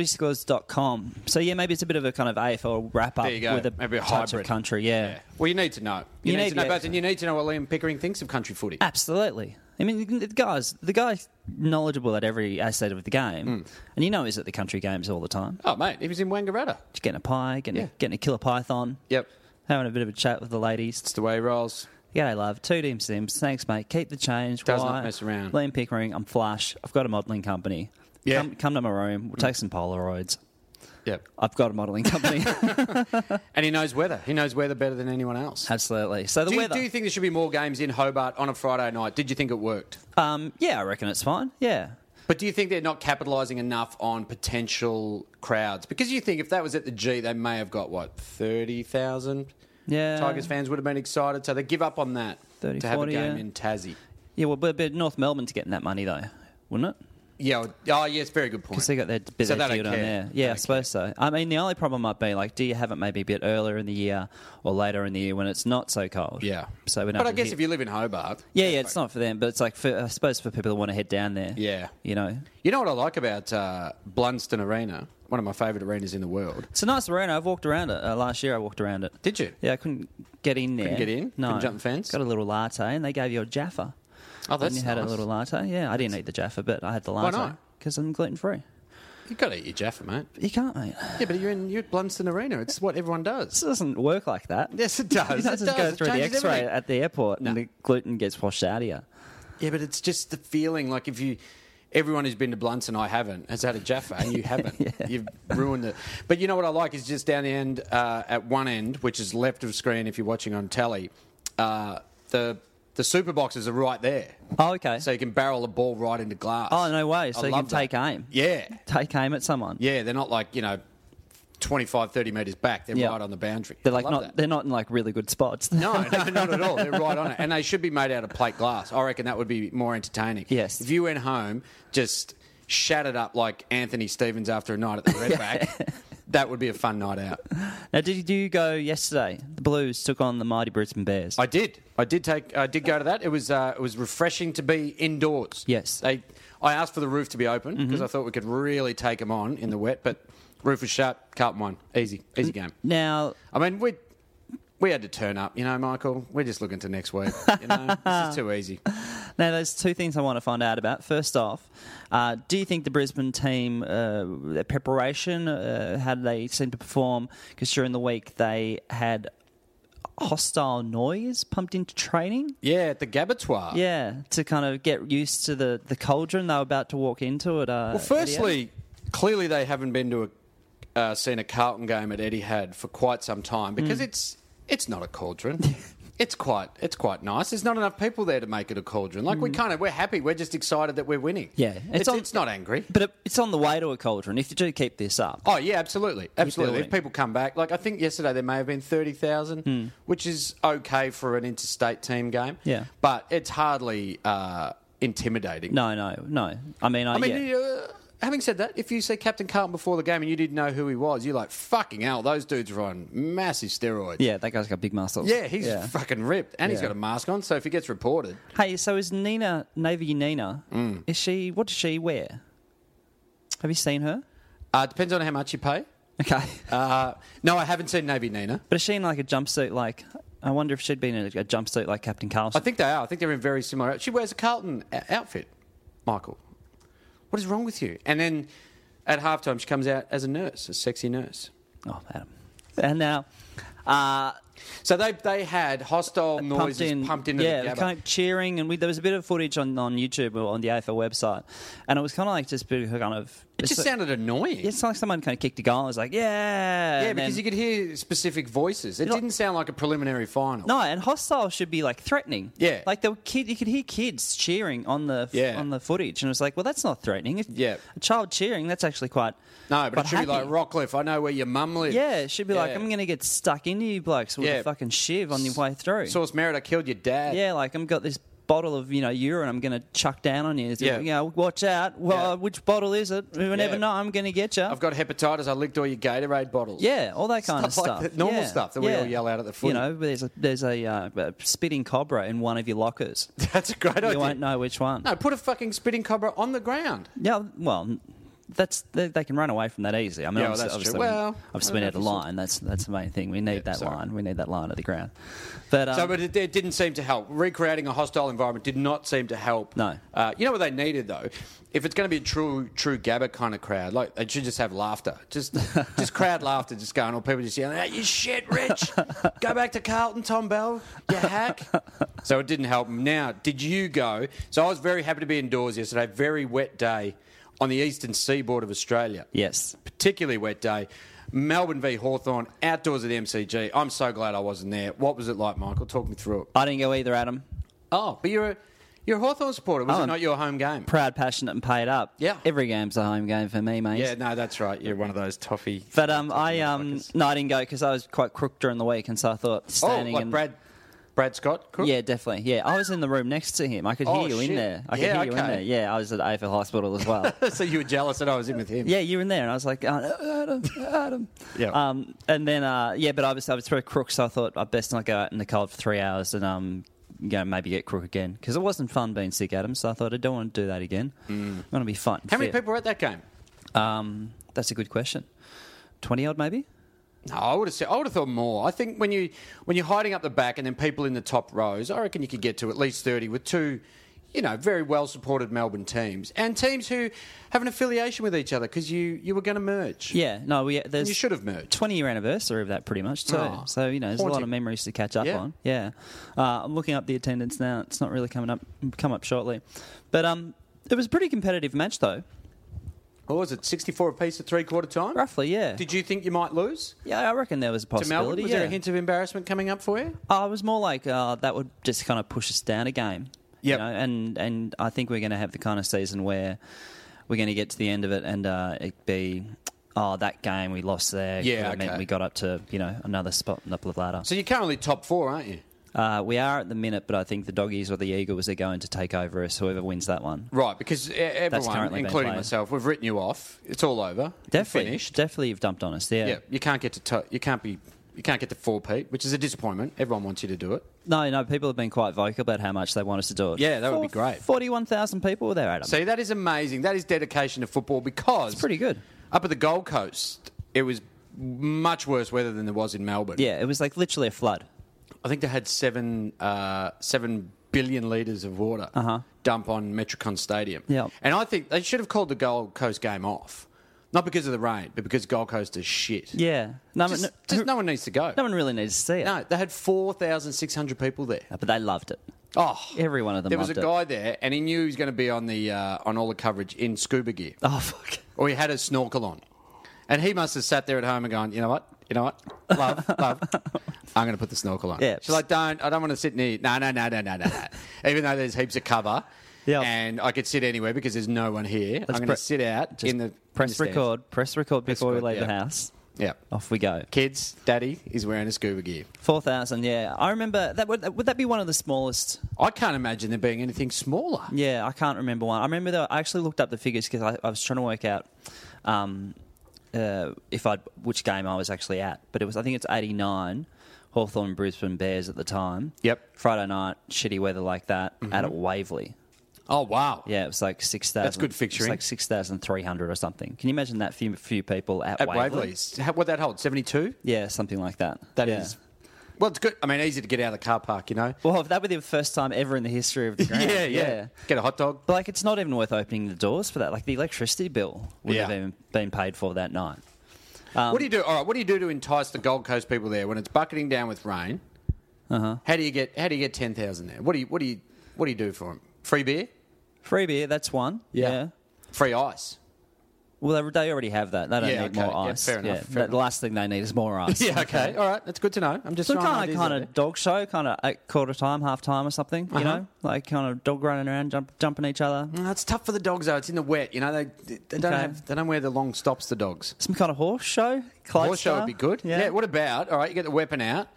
A: Countryfootyscores.com. So yeah, maybe it's a bit of a kind of AFL wrap up
B: There you go.
A: with a
B: Maybe a
A: touch
B: hybrid.
A: of country. Yeah.
B: Well, you need to know. You,
A: You
B: need,
A: need-
B: to know
A: yeah.
B: both, and you need to know what Liam Pickering thinks of country footy.
A: Absolutely. I mean, the guys, the guy's knowledgeable at every aspect of the game,
B: Mm.
A: and you know he's at the country games all the time.
B: Oh mate, he was in Wangaratta.
A: Just getting a pie, getting,
B: Yeah.
A: a, getting a killer python.
B: Yep.
A: Having a bit of a chat with the ladies.
B: It's the way he rolls.
A: G'day, love. Two Dim Sims. Thanks, mate. Keep the change.
B: Does
A: Why?
B: not mess around.
A: Liam Pickering. I'm flush. I've got a modelling company.
B: Yeah.
A: Come, come to my room. We'll take some Polaroids.
B: Yep.
A: I've got a modelling company.
B: And he knows weather. He knows weather better than anyone else.
A: Absolutely. So the
B: Do you,
A: weather.
B: do you think there should be more games in Hobart on a Friday night? Did you think it worked?
A: um, yeah, I reckon it's fine. Yeah.
B: But do you think they're not capitalising enough on potential crowds? Because you think if that was at the G, they may have got what thirty thousand.
A: Yeah.
B: Tigers fans would have been excited, so they give up on that
A: 30,
B: to have
A: 40,
B: a game
A: yeah.
B: in Tassie.
A: Yeah, well, but, but North Melbourne's getting that money, though, wouldn't it?
B: Yeah. well- Oh, yes. Very good point.
A: Because they got their bit
B: So
A: of
B: they don't
A: deal down
B: care.
A: there.
B: They
A: Yeah, I
B: don't
A: suppose so. I mean, the only problem might be like, do you have it maybe a bit earlier in the year or later in the year when it's not so cold?
B: Yeah.
A: So we don't.
B: But I
A: have to
B: guess
A: hit-
B: if you live in Hobart,
A: yeah, yeah, it's not for them, but it's like for, I suppose for people that want to head down there.
B: Yeah.
A: You know,
B: you know what I like about uh, Blunston Arena, one of my favourite arenas in the world.
A: it's a nice arena. I've walked around it uh, last year. I walked around it.
B: Did you?
A: Yeah, I couldn't get in there.
B: get in?
A: No.
B: Couldn't jump the fence?
A: Got a little latte, and they gave you a Jaffa.
B: Oh, that's
A: And you had
B: nice.
A: a little latte. Yeah, I didn't eat the Jaffa, but I had the latte.
B: not?
A: Because I'm gluten free.
B: You've got to eat your Jaffa, mate.
A: You can't, mate.
B: Yeah, but you're in you're at Blunston Arena. It's what everyone
A: This
B: does.
A: doesn't work like that.
B: Yes, it does.
A: You
B: It
A: don't just
B: does.
A: go
B: It
A: through the
B: changes
A: X-ray
B: everything.
A: at the airport, and
B: No.
A: the gluten gets washed out of you.
B: Yeah, but it's just the feeling. Like if you, everyone who's been to Blunts and I haven't has had a Jaffa, and you haven't. You've ruined it. But you know what I like is just down the end uh, at one end, which is left of screen if you're watching on telly. Uh, the the super boxes are right there,
A: Oh, okay.
B: so you can barrel a ball right into glass.
A: oh no way! So
B: I
A: you can
B: love that.
A: take aim.
B: Yeah,
A: Take aim at someone.
B: yeah. They're not like you know, 25, 30 meters back. They're
A: Yeah.
B: right on the boundary.
A: They're
B: I
A: like
B: love
A: not.
B: that.
A: They're not in like really good spots.
B: No, no, not at all. They're right on it. And they should be made out of plate glass. I reckon that would be more entertaining.
A: Yes.
B: If you went home, just shat it up like Anthony Stevens after a night at the Redback, that would be a fun night out.
A: now, did you, do you go yesterday? The Blues took on the mighty Brisbane Bears.
B: I did. I did take. I did go to that. It was. Uh, it was refreshing to be indoors.
A: Yes. Mm-hmm.
B: They. I asked for the roof to be open because I thought we could really take them on in the wet, but roof was shut. Carlton won. Easy. Easy game.
A: now,
B: I mean, we we had to turn up, you know, Michael. We're just looking to next week. You know, this is too easy.
A: now there's two things I want to find out about. First off, uh, do you think the Brisbane team, uh, their preparation, uh, how did they seem to perform? Because during the week they had hostile noise pumped into training.
B: Yeah, at the Gabatoir.
A: Yeah, to kind of get used to the, the cauldron they were about to walk into. It. Uh,
B: Well, firstly, clearly they haven't been to a uh, seen a Carlton game at Etihad for quite some time because
A: Mm.
B: it's it's not a cauldron. it's quite it's quite nice. There's not enough people there to make it a cauldron. Like we kind of we're happy. We're just excited that we're winning.
A: Mm. Yeah,
B: it's,
A: it's on-
B: it's not angry.
A: but it, it's on the way to a cauldron. If you do keep this up,
B: Oh yeah, absolutely, absolutely. If
A: building.
B: people come back, like I think yesterday there may have been thirty thousand, which is okay for an interstate team game.
A: Hmm. Yeah.
B: but it's hardly uh, intimidating.
A: no, no, no. I mean, I,
B: I mean,
A: yeah.
B: uh, having said that, if you see Captain Carlton before the game and you didn't know who he was, you're like, fucking hell, those dudes are on massive steroids.
A: yeah, that guy's got big muscles.
B: Yeah, he's fucking ripped, and he's
A: Yeah.
B: got a mask on. So if he gets reported,
A: Hey, so is Nina Navy Nina?
B: Mm.
A: Is she? What does she wear? Have you seen her?
B: uh, depends on how much you pay.
A: Okay,
B: Uh, no, I haven't seen Navy Nina.
A: but is she in like a jumpsuit? Like, I wonder if she'd been in a, a jumpsuit like Captain Carlson.
B: I think they are. I think they're in very similar. She wears a Carlton o- outfit, Michael. What is wrong with you? And then at halftime, she comes out as a nurse, a sexy nurse.
A: Oh, Adam. And now, uh,
B: So they they had hostile noises pumped, in, into
A: yeah,
B: the Gabba.
A: kind of cheering, and we, there was a bit of footage on, on YouTube or on the AFL website, and it was kind of like just bit of kind of.
B: it just
A: it's like,
B: sounded annoying.
A: It's like someone kind of kicked a goal. and was like, yeah,
B: yeah,
A: and
B: because
A: then-
B: you could hear specific voices. It
A: You're like-
B: didn't sound like a preliminary final.
A: No, and hostile should be like threatening.
B: Yeah.
A: like there were kid, you could hear kids cheering on the f-
B: Yeah.
A: on the footage, and it was like, well, that's not threatening. If
B: Yeah.
A: a child cheering, that's actually quite
B: No, but, it should be like
A: happy.
B: Rockcliffe. I know where your mum lives.
A: Yeah, it should be like,
B: Yeah.
A: I'm gonna get stuck into you blokes with
B: Yeah.
A: a fucking shiv on your way through.
B: Source Merritt, I killed your dad.
A: yeah, like I'm got this bottle of you know urine I'm gonna chuck down on you. It's
B: Yeah.
A: You know, watch out. Well,
B: Yeah.
A: which bottle is it? We never
B: Yeah.
A: know. I'm gonna get you.
B: I've got hepatitis. I licked all your Gatorade bottles.
A: Yeah, all that kind
B: Stuff
A: of
B: like
A: stuff.
B: that, normal
A: Yeah,
B: stuff that we all yell out at the footy.
A: You know, there's a there's a, uh, a spitting cobra in one of your lockers.
B: That's a great idea.
A: you won't know which one.
B: No, put a fucking spitting cobra on the ground.
A: Yeah, well, that's they, they can run away from that easy. I mean,
B: Yeah, well,
A: obviously,
B: that's
A: obviously
B: true. Well,
A: I've
B: I
A: spun
B: don't
A: out a
B: know if it's-
A: line. That's that's the main thing. We need that
B: sorry.
A: line. We need that line at the ground. But um,
B: So, but it, it didn't seem to help. Recreating a hostile environment did not seem to help.
A: No.
B: Uh, you know what they needed though? If it's going to be a true, true Gabba kind of crowd, like they should just have laughter, just, just crowd laughter, just going. All people just yelling, "Hey, "You shit, Rich! go back to Carlton, Tom Bell, you hack!" so it didn't help them. Now, did you go? So I was very happy to be indoors yesterday. Very wet day on the eastern seaboard of Australia
A: yes,
B: particularly wet day. Melbourne v Hawthorn outdoors at the MCG. I'm so glad I wasn't there. What was it like, Michael? Talk me through it.
A: I didn't go either, Adam.
B: Oh, but you're a you're a Hawthorn supporter.
A: Oh,
B: Was it not your home game?
A: Proud, passionate, and paid up.
B: Yeah.
A: every game's a home game for me, mate.
B: yeah, no, that's right. You're one of those toffee.
A: But um, I um,
B: motherfuckers.
A: no, I didn't go because I was quite crook during the week, and so I thought
B: oh,
A: standing
B: like
A: and
B: Brad, Brad Scott. Cook?
A: Yeah, definitely. Yeah, I was in the room next to him. I could
B: Oh,
A: hear you in
B: shit.
A: there. I
B: Yeah,
A: could hear you in
B: okay.
A: there. Yeah, I was at AFL Hospital as well.
B: so you were jealous that I was in with him.
A: Yeah, you were in there, and I was like, "Uh, Adam, Adam.
B: Yeah.
A: Um, and then, uh, yeah, but I was, I was through crook, so I thought I'd best not go out in the cold for three hours and um, you know, maybe get crook again. Because it wasn't fun being sick, Adam, so I thought I don't want to do that again. I want to be fun.
B: Mm. How many people were at that game?
A: Um, that's a good question. 20 odd, maybe?
B: No, I would have said I would have thought more. I think when you when you're hiding up the back and then people in the top rows, I reckon you could get to at least thirty with two, you know, very well supported Melbourne teams and teams who have an affiliation with each other because you you were going to merge.
A: Yeah, no, we, there's.
B: you should have merged.
A: 20 year anniversary of that, pretty much, too.
B: Oh,
A: so, you know, there's a lot of
B: haunting.
A: memories to catch up
B: Yeah.
A: on. Yeah. Uh, I'm looking up the attendance now. It's not really coming up, come up shortly. But um, it was a pretty competitive match, though.
B: What was it? Sixty four apiece at three quarter time.
A: Roughly, yeah.
B: Did you think you might lose
A: Yeah, I reckon there was a
B: to Melbourne?
A: possibility.
B: Was
A: yeah.
B: there a hint of embarrassment coming up for you?
A: Uh, it was more like uh, that would just kind of push us down a game. you
B: Yep.
A: know, and and I think we're going to have the kind of season where we're going to get to the end of it and uh, it be. Oh, that game we lost there.
B: Yeah,
A: that meant
B: okay.
A: we got up to you know another spot up the ladder.
B: So you're currently top four, aren't you?
A: Uh, we are at the minute, but I think the doggies or the eagles are going to take over us. Whoever wins that one,
B: Right, because e- everyone,
A: currently being
B: including
A: played.
B: myself, we've written you off. It's all over. You're
A: definitely,
B: finished.
A: definitely, you've dumped on us. Yeah.
B: Yeah, you can't get to to you can't be you can't get to four Pete, which is a disappointment. Everyone wants you to do it.
A: No, no, people have been quite vocal about how much they want us to do it.
B: Yeah, that would be great.
A: Forty-one thousand people were there, Adam.
B: See, that is amazing. That is dedication to football because
A: It's pretty good.
B: Up at the Gold Coast, it was much worse weather than there was in Melbourne.
A: Yeah, it was like literally a flood.
B: I think they had seven uh, seven billion liters of water dump on Metricon Stadium.
A: Uh-huh. Yeah.
B: and I think they should have called the Gold Coast game off, not because of the rain, but because Gold Coast is shit.
A: Yeah. No,
B: just,
A: no,
B: just no one needs to go.
A: no one really needs to see it.
B: no, they had four thousand six hundred people there.
A: But they loved it.
B: Oh,
A: Every one of them
B: There was a
A: loved it.
B: guy there, and he knew he was going to be on the uh, on all the coverage in scuba gear,
A: Oh, fuck.
B: or he had a snorkel on, and he must have sat there at home and gone, you know what, you know what, love, love, I'm going to put the snorkel on.
A: Yeah.
B: She's like, don't, I don't want to sit near. No, no, no, no, no, no, no. Even though there's heaps of cover.
A: Yeah.
B: And I could sit anywhere because there's no one here. I'm going to
A: pre-
B: sit out in the in the
A: Press
B: stands.
A: record. Oh. Press record before we
B: record,
A: leave the
B: yeah.
A: house.
B: Yeah.
A: Off we go.
B: Kids, daddy is wearing a scuba gear.
A: 4,000, yeah. I remember, that would, would that be one of the smallest?
B: I can't imagine there being anything smaller.
A: Yeah, I can't remember one. I remember, though, I actually looked up the figures because I, I was trying to work out um, uh, if I'd, which game I was actually at. But it was, I think it's 89, Hawthorn and Brisbane Bears at the time.
B: Yep. Mm-hmm.
A: Friday night, shitty weather like that, out at Waverley.
B: Oh, wow.
A: Yeah, it was like six thousand.
B: good
A: It's
B: fixturing.
A: like six thousand three hundred or something. Can you imagine that few few people at,
B: At
A: Waverley?
B: Waverley's. How- What'd that hold? 72?
A: Yeah, something like that.
B: That is,
A: yeah.
B: Well, it's good. I mean, easy to get out of the car park, you know?
A: Well, if that were the first time ever in the history of the ground.
B: Get a hot dog.
A: But like, it's not even worth opening the doors for that. Like the electricity bill would
B: Yeah.
A: have even been paid for that night.
B: what do you do? All right, what do you do to entice the Gold Coast people there when it's bucketing down with rain? Uh-huh. How do you get How do you get ten thousand there? What do you What do you What do you do for them? Free beer,
A: Free beer, that's one. yeah.
B: free ice.
A: Well, they, they already have that. They don't
B: Yeah,
A: need
B: okay.
A: more
B: Yeah,
A: ice.
B: fair enough, fair
A: the
B: enough.
A: last thing they need is more ice.
B: Yeah, okay, all right, that's good to know. I'm just
A: So
B: throwing
A: kind of
B: ideas
A: kind
B: out
A: of
B: there.
A: dog show, kind of at quarter time, half time, or something.
B: Uh-huh.
A: You know, like kind of dog running around, jump, jumping each other.
B: No, it's Mm, tough for the dogs though. It's in the wet. You know they they don't
A: Okay.
B: have they don't wear the long stops. The dogs.
A: Some kind of horse show. Clyde
B: Horse show would be good.
A: Yeah.
B: What about all right? You get the weapon out.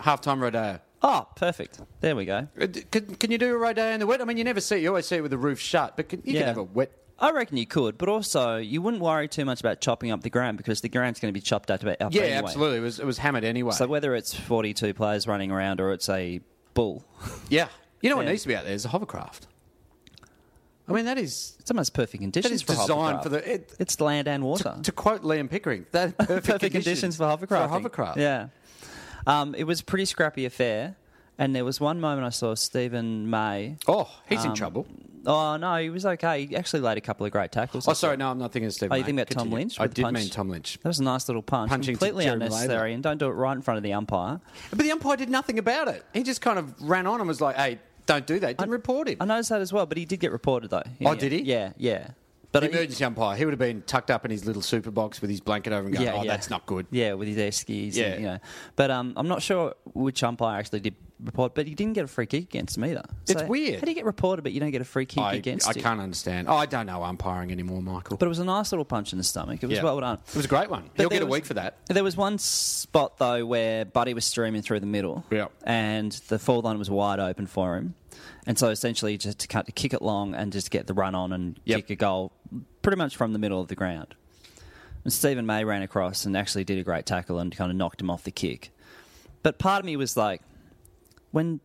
B: Halftime rodeo.
A: Oh, perfect. There we go.
B: Uh, d- Can, can you do a rodeo in the wet? I mean, you never see. it. You always see it with the roof shut. But can, you
A: Yeah.
B: can have a wet.
A: I reckon you could, but also you wouldn't worry too much about chopping up the ground because the ground's going to be chopped up, up
B: Yeah,
A: anyway.
B: absolutely. It was it was hammered anyway.
A: So whether it's forty-two players running around or it's a bull,
B: yeah. You know what
A: Yeah.
B: needs to be out there is a hovercraft. I mean, that is
A: it's almost perfect conditions
B: that is
A: for
B: designed for
A: hovercraft.
B: the. It,
A: It's land and water.
B: to quote Liam Pickering, that perfect,
A: perfect conditions, for hovercraft.
B: For hovercraft.
A: Yeah. Um, it was a pretty scrappy affair, and there was one moment I saw Stephen May.
B: Oh, he's
A: Um,
B: in trouble.
A: Oh no, he was okay. He actually laid a couple of great tackles.
B: Oh, sorry, no, I'm not thinking of Steve.
A: Oh, you
B: May.
A: think about Tom
B: Continue.
A: Lynch?
B: I
A: with the
B: did
A: punch?
B: mean Tom Lynch.
A: That was a nice little punch,
B: Punching to
A: completely
B: Jeremy
A: unnecessary,
B: Laver.
A: and don't do it right in front of the umpire.
B: But the umpire did nothing about it. He just kind of ran on and was like, "Hey, don't do that." Didn't report him.
A: I noticed that as well, but he did get reported though.
B: Oh, did he?
A: Yeah, yeah. But
B: the
A: he-
B: emergency umpire. He would have been tucked up in his little super box with his blanket over and going, "Oh, that's not good."
A: Yeah, with his air skis. Yeah,
B: Yeah.
A: you know. But um, I'm not sure which umpire actually did report, but he didn't get a free kick against him either.
B: It's weird.
A: How do you get reported, but you don't get a free kick
B: I,
A: against?
B: I
A: you?
B: can't understand. Oh, I don't know umpiring anymore, Michael.
A: But it was a nice little punch in the stomach. It was
B: Yeah.
A: well done.
B: It was a great one.
A: But
B: You'll
A: there
B: get a
A: was-
B: week for that.
A: There was one spot though where Buddy was streaming through the middle,
B: Yeah.
A: and the forward line was wide open for him, and so essentially just to cut to kick it long and just get the run on and
B: Yep.
A: kick a goal, pretty much from the middle of the ground. And Stephen May ran across and actually did a great tackle and kind of knocked him off the kick. But part of me was like, when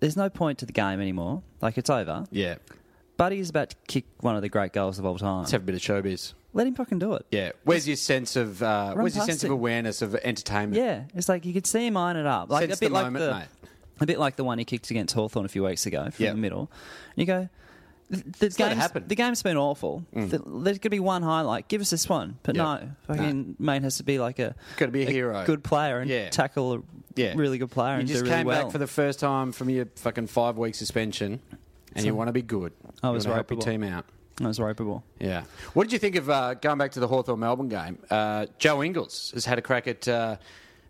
A: there's no point to the game anymore, like it's over.
B: Yeah,
A: Buddy is about to kick one of the great goals of all time.
B: let's have a bit of showbiz.
A: Let him fucking do it.
B: Yeah, where's your sense of uh, where's your
A: past
B: sense of
A: it.
B: awareness of entertainment?
A: Yeah, it's like you could see him iron it up, like
B: Sense
A: a bit
B: the
A: like
B: moment,
A: the,
B: mate.
A: a bit like the one he kicked against Hawthorn a few weeks ago from
B: Yep.
A: the middle. And you go, th- the
B: let it
A: game's,
B: happen. Mm.
A: the game's been awful. Th- There's gonna be one highlight. Give us this one, but
B: Yep.
A: no, fucking mate has to be like a
B: Gotta be a hero.
A: good player, and
B: Yeah.
A: tackle a
B: yeah.
A: really good player,
B: You
A: and do
B: just
A: really
B: came
A: well.
B: back for the first time from your fucking five week suspension, and you want to be good.
A: I
B: You
A: was
B: wanna help your
A: ropeable.
B: team out.
A: That was ropeable.
B: Yeah. What did you think of uh, going back to the Hawthorn Melbourne game? Uh, Joe Ingles has had a crack at uh,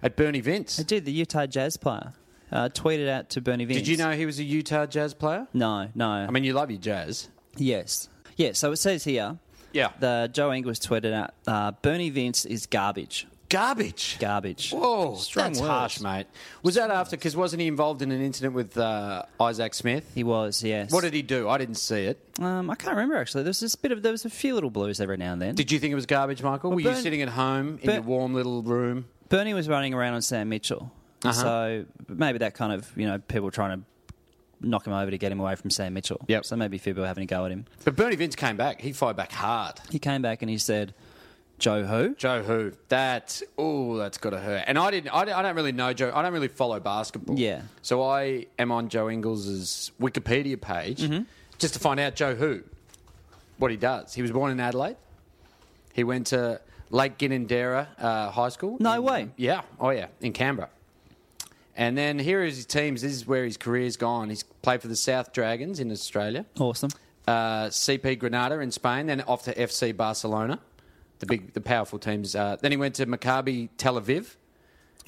B: at Bernie Vince.
A: I did. The Utah Jazz player uh, tweeted out to Bernie Vince.
B: Did you know he was a Utah Jazz player?
A: No, no.
B: I mean, you love your Jazz.
A: Yes. Yeah, so it says here.
B: Yeah.
A: The Joe Inglis tweeted out, uh, Bernie Vince is garbage.
B: Garbage.
A: Garbage.
B: Whoa,
A: Strong
B: that's
A: words.
B: harsh, mate. Was that after? Because wasn't he involved in an incident with uh, Isaac Smith?
A: He was, yes.
B: What did he do? I didn't see it.
A: um, I can't remember actually. There was this bit of there was a few little blues every now and then.
B: Did you think it was garbage, Michael? Were you
A: Bern-
B: sitting at home in
A: Bern-
B: your warm little room?
A: Bernie was running around on Sam Mitchell,
B: Uh-huh.
A: so maybe that kind of you know people trying to knock him over to get him away from Sam Mitchell.
B: Yep.
A: So maybe a few people were having a go at him.
B: But Bernie Vince came back. He fired back hard.
A: He came back and he said, "Joe who?"
B: Joe who? That's oh, that's got to hurt. And I didn't. I, don't- I don't really know Joe. I don't really follow basketball.
A: Yeah.
B: So I am on Joe Ingles' Wikipedia page
A: Mm-hmm.
B: just to find out Joe who, what he does. He was born in Adelaide. He went to Lake Ginninderra uh, High School.
A: No
B: in-
A: way.
B: Yeah. Oh yeah. In Canberra. And then here is his teams. This is where his career's gone. He's played for the South Dragons in Australia
A: Awesome.
B: uh, CP Granada in Spain, then off to FC Barcelona, the big, the powerful teams. Uh, then he went to Maccabi Tel Aviv.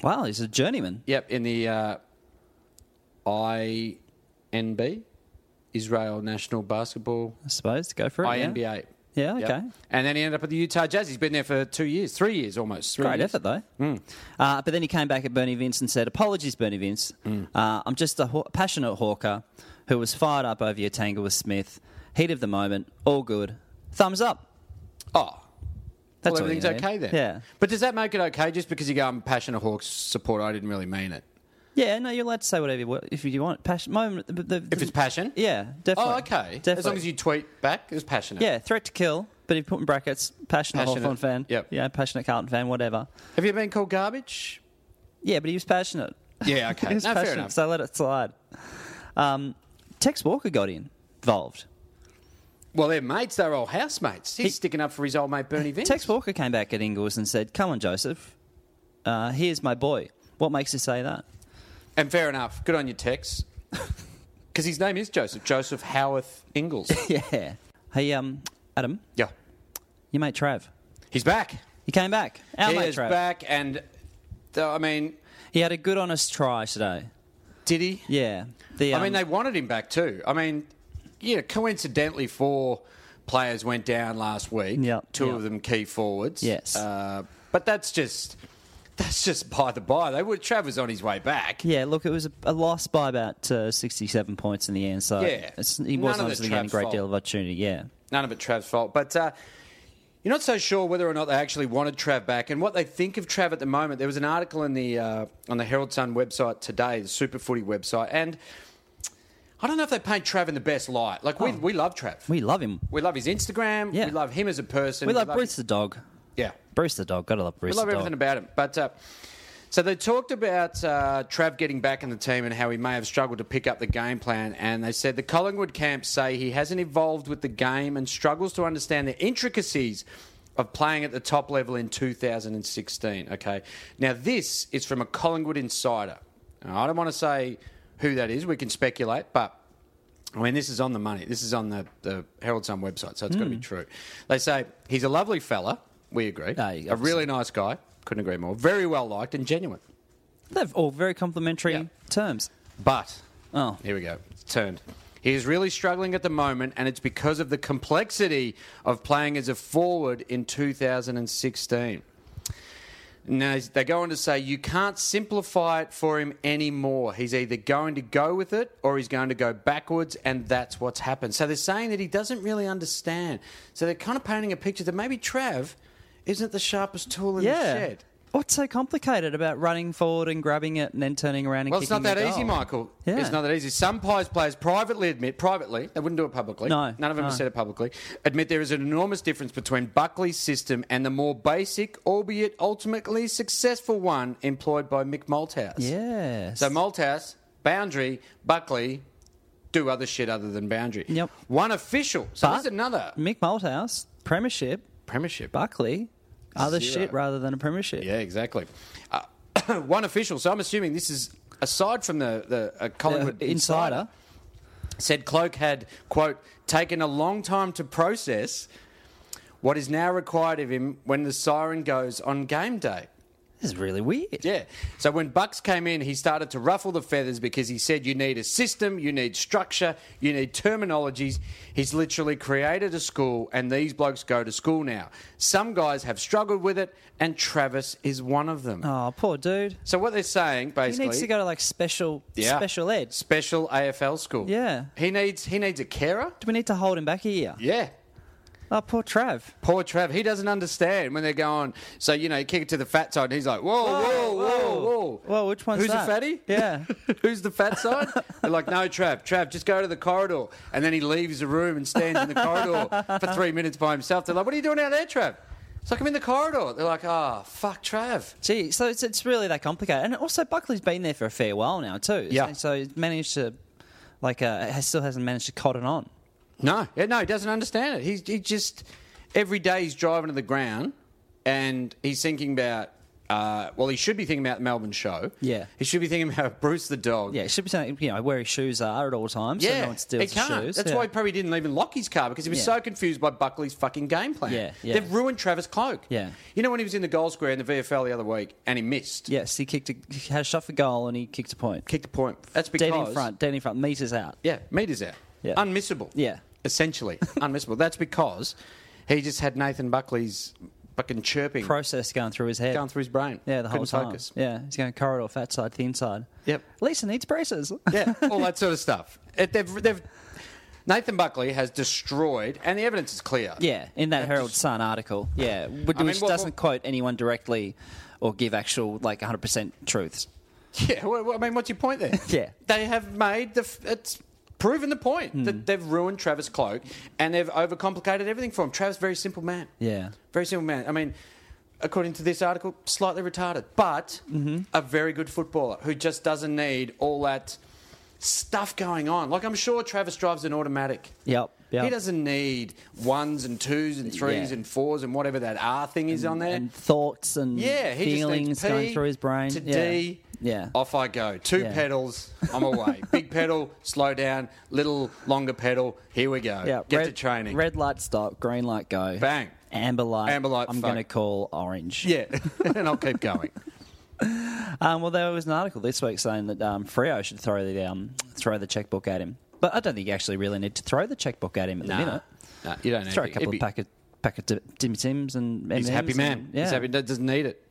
A: Wow, he's a journeyman.
B: Yep, in the uh, INB, Israel National Basketball
A: I suppose to go for it. yeah.
B: INBA.
A: Yeah,
B: Yep.
A: okay.
B: And then he ended up at the Utah Jazz. He's been there for two years, three years almost. Three
A: Great
B: years.
A: effort, though.
B: Mm.
A: Uh, but then he came back at Bernie Vince and said, Apologies, Bernie Vince.
B: Mm.
A: Uh, I'm just a haw- passionate hawker who was fired up over your tangle with Smith. Heat of the moment. All good. Thumbs up.
B: Oh.
A: That's
B: well,
A: all you
B: everything's
A: need.
B: okay then.
A: Yeah.
B: But does that make it okay just because you go, I'm passionate Hawks supporter? I didn't really mean it.
A: Yeah, no, you're allowed to say whatever you want if you want. Passion, moment, the, the,
B: If it's passion?
A: Yeah, definitely.
B: Oh, okay.
A: Definitely.
B: As long as you tweet back, it was passionate.
A: Yeah, threat to kill, but if you put in brackets, passionate,
B: Passionate.
A: Hawthorn fan.
B: Yep.
A: Yeah, passionate Carlton fan, whatever.
B: Have you been called garbage?
A: Yeah, but he was passionate.
B: Yeah, okay.
A: he was
B: No, fair
A: passionate,
B: enough.
A: so I let it slide. Um, Tex Walker got in, involved.
B: Well, they're mates. They're old housemates. He's sticking up for his old mate Bernie Vince.
A: Tex Walker came back at Ingalls and said, Come on, Joseph, uh, here's my boy. What makes you say that?
B: And fair enough. Good on you, Tex. Because his name is Joseph. Joseph Howarth Ingalls.
A: Yeah. Hey, um, Adam,
B: yeah.
A: your mate Trav.
B: He's back.
A: He came back. Our
B: he
A: mate
B: is
A: Trav.
B: back. And, though, I mean,
A: He had a good, honest try today.
B: did he?
A: Yeah. The,
B: I mean,
A: um,
B: they wanted him back too. I mean, yeah, coincidentally, four players went down last week.
A: Yeah,
B: two
A: yeah.
B: of them key forwards.
A: Yes.
B: uh, but that's just that's just by the by. They would Trav was on his way back.
A: Yeah, look, it was a, a loss by about uh, 67 points in the end, so
B: Yeah.
A: it's, he
B: None
A: wasn't
B: of the
A: obviously getting a
B: Trav's
A: great
B: fault.
A: deal of opportunity, yeah.
B: None of it Trav's fault, but. Uh, you're not so sure whether or not they actually wanted Trav back, and what they think of Trav at the moment. There was an article in the uh, on the Herald Sun website today, the Superfooty website, and I don't know if they paint Trav in the best light. Like we, we love Trav, we,
A: Oh. We love him.
B: love his Instagram,
A: Yeah.
B: we love him as a person,
A: We love Bruce the dog.
B: yeah,
A: Bruce the dog, gotta love Bruce
B: We love
A: the dog.
B: everything about him. But uh, so they talked about uh, Trav getting back in the team and how he may have struggled to pick up the game plan. And they said the Collingwood camp say he hasn't evolved with the game and struggles to understand the intricacies of playing at the top level in 2016. Okay, now this is from a Collingwood insider. Now, I don't want to say who that is. We can speculate, but. I mean, this is on the money. This is on the, the Herald Sun website, so it's got to be true. They say he's a lovely fella. We agree.
A: Aye,
B: a really nice guy. Couldn't agree more. Very well liked and genuine.
A: They're all very complimentary
B: Yeah.
A: terms.
B: But
A: Oh.
B: here we go. It's turned. He is really struggling at the moment, and it's because of the complexity of playing as a forward in 2016. Now, they go on to say you can't simplify it for him anymore. He's either going to go with it or he's going to go backwards, and that's what's happened. So they're saying that he doesn't really understand. So they're kind of painting a picture that maybe Trav isn't the sharpest tool in the
A: Yeah.
B: shed.
A: What's so complicated about running forward and grabbing it and then turning around and
B: Well, it's
A: kicking
B: not that
A: the
B: easy,
A: goal?
B: Michael.
A: Yeah.
B: It's not that easy. Some Pies players privately admit, privately, they wouldn't do it publicly.
A: No,
B: None of them have
A: no.
B: said it publicly. Admit there is an enormous difference between Buckley's system and the more basic, albeit ultimately successful one employed by Mick Malthouse.
A: Yes.
B: So Malthouse, boundary, Buckley, do other shit other than boundary.
A: Yep.
B: One official. So
A: But
B: there's another
A: Mick Malthouse, premiership,
B: premiership.
A: Buckley, other
B: Zero.
A: shit rather than a premiership.
B: Yeah, exactly. Uh, one official. So I'm assuming this is aside from the the uh,
A: Uh,
B: Collingwood
A: insider.
B: said Cloak had, quote, taken a long time to process what is now required of him when the siren goes on game day.
A: This is really weird.
B: Yeah. So when Bucks came in, he started to ruffle the feathers because he said, You need a system, you need structure, you need terminologies. He's literally created a school, and these blokes go to school now. Some guys have struggled with it, and Travis is one of them.
A: Oh, poor dude.
B: So what they're saying
A: He
B: basically
A: needs to go to like special
B: Yeah.
A: special ed.
B: special AFL school.
A: Yeah.
B: He needs he needs a carer.
A: Do we need to hold him back a year?
B: Yeah.
A: Oh, poor Trav.
B: Poor Trav, he doesn't understand when they're going. So you know, you kick it to the fat side, and he's like, "Whoa, whoa, whoa, whoa!"
A: Whoa, which one's
B: Who's
A: that?
B: the fatty?
A: Yeah.
B: Who's the fat side? They're like, "No, Trav, Trav, just go to the corridor." And then he leaves the room and stands in the corridor for three minutes by himself. They're like, "What are you doing out there, Trav?" It's like I'm in the corridor. They're like, "Ah, fuck, Trav."
A: Gee, so it's, it's really that complicated. And also, Buckley's been there for a fair while now, too.
B: Yeah.
A: So he's managed to, like, uh, has, still hasn't managed to cotton on.
B: No, yeah, no, he doesn't understand it. He's he just every day he's driving to the ground and he's thinking about. Uh, well, he should be thinking about the Melbourne show.
A: Yeah.
B: he should be thinking about Bruce the dog.
A: Yeah, it should be saying, you know, where his shoes are at all times. So no one steals
B: he can't.
A: his shoes.
B: That's
A: yeah.
B: why he probably didn't even lock his car because he was
A: Yeah.
B: so confused by Buckley's fucking game plan.
A: Yeah, yeah.
B: They've ruined Travis Cloak.
A: Yeah.
B: You know when he was in the goal square in the VFL the other week and he missed?
A: Yes, he kicked a, he had a shot for goal and he kicked a point.
B: Kicked a point. That's because.
A: Dead in front, dead in front, meters out.
B: Yeah, meters out.
A: Yeah.
B: Unmissable.
A: Yeah.
B: Essentially, unmissable. That's because he just had Nathan Buckley's fucking chirping
A: Process going through his head.
B: going through his brain.
A: yeah, the whole
B: Couldn't
A: time.
B: Focus.
A: Yeah, he's going corridor, fat side, thin side.
B: Yep.
A: Lisa needs braces.
B: yeah, all that sort of stuff. It, they've, they've, Nathan Buckley has destroyed, and the evidence is clear.
A: Yeah, in that Herald Sun article. Yeah, which,
B: I mean,
A: which
B: what-
A: doesn't
B: what-
A: quote anyone directly or give actual like 100% truths.
B: Yeah, well, well, I mean, what's your point there?
A: Yeah. Hmm.
B: They have made the. f- It's proven the point that they've ruined Travis Cloak and they've overcomplicated everything for him. Travis, very simple man.
A: Yeah.
B: Very simple man. I mean, according to this article, slightly retarded, but
A: Mm-hmm.
B: a very good footballer who just doesn't need all that stuff going on. Like, I'm sure Travis drives an automatic.
A: Yep. Yeah.
B: He doesn't need ones and twos and threes
A: Yeah.
B: and fours and whatever that R thing is on there.
A: and thoughts and
B: yeah, he
A: feelings
B: just needs P
A: going through his brain.
B: To
A: yeah.
B: D,
A: yeah.
B: off I go. Two
A: Yeah.
B: pedals, I'm away. Big pedal, slow down. Little longer pedal, here we go.
A: yeah.
B: Get
A: red,
B: to training.
A: Red light stop, green light go.
B: Bang.
A: Amber light.
B: Amber light,
A: I'm
B: fuck.
A: going to call orange.
B: Yeah, and I'll keep going.
A: Um, well, there was an article this week saying that um, Freo should throw the um, throw the checkbook at him, but I don't think you actually really need to throw the checkbook at him at the minute.
B: Nah, you don't need
A: Throw a
B: to.
A: couple
B: It'd
A: of packet packet of Tim Tims and
B: He's a happy
A: M&Ms
B: man.
A: and- Yeah.
B: He's happy. Doesn't need it.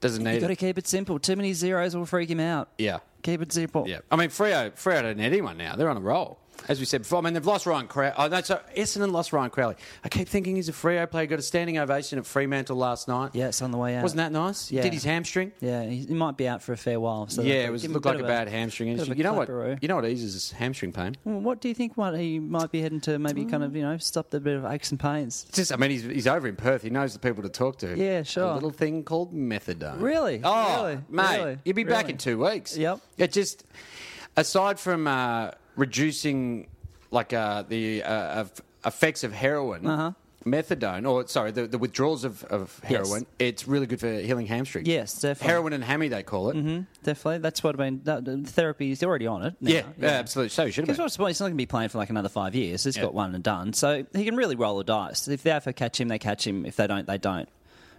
B: Doesn't
A: You
B: need
A: got to
B: it.
A: keep it simple. Too many zeros will freak him out.
B: Yeah.
A: Keep it simple.
B: Yeah. I mean, Freo, Freo don't need anyone now. They're on a roll. As we said before, I mean, they've lost Ryan Crowley. Oh, no, so Essendon lost Ryan Crowley. I keep thinking he's a Freo player. Got a standing ovation at Fremantle last night.
A: Yeah, it's on the way out.
B: Wasn't that nice?
A: Yeah.
B: Did his hamstring.
A: Yeah, he he might be out for a fair while. So
B: yeah,
A: they'll
B: it was
A: give him
B: looked
A: bit
B: like a
A: of
B: bit of a bad hamstring
A: bit of
B: injury.
A: a
B: You know what?
A: clapper-oo.
B: You know what eases his hamstring pain?
A: Well, what do you think? What he might be heading to? Maybe kind
B: Mm.
A: of you know stop the bit of aches and pains.
B: It's just, I mean, he's, he's over in Perth. He knows the people to talk to.
A: Yeah, sure.
B: A little thing called methadone.
A: Really?
B: Oh,
A: Really?
B: mate,
A: Really?
B: you'll be back
A: Really?
B: in two weeks.
A: Yep.
B: It just, aside from uh, reducing like uh, the uh, of- effects of heroin. Methadone, or sorry, the, the withdrawals of, of
A: Uh-huh. Yes.
B: heroin, it's really good for healing hamstrings.
A: Yes, definitely.
B: Heroin and hammy, they call it. Mm-hmm.
A: Definitely, that's what I mean. That, the therapy is already on it. now.
B: Yeah, uh, yeah, absolutely. So you should have
A: Because
B: been.
A: what's the point? He's not going to be playing for like another five years. He's
B: Yeah.
A: got one and done. So he can really roll the dice. If they ever catch him, they catch him. If they don't, they don't.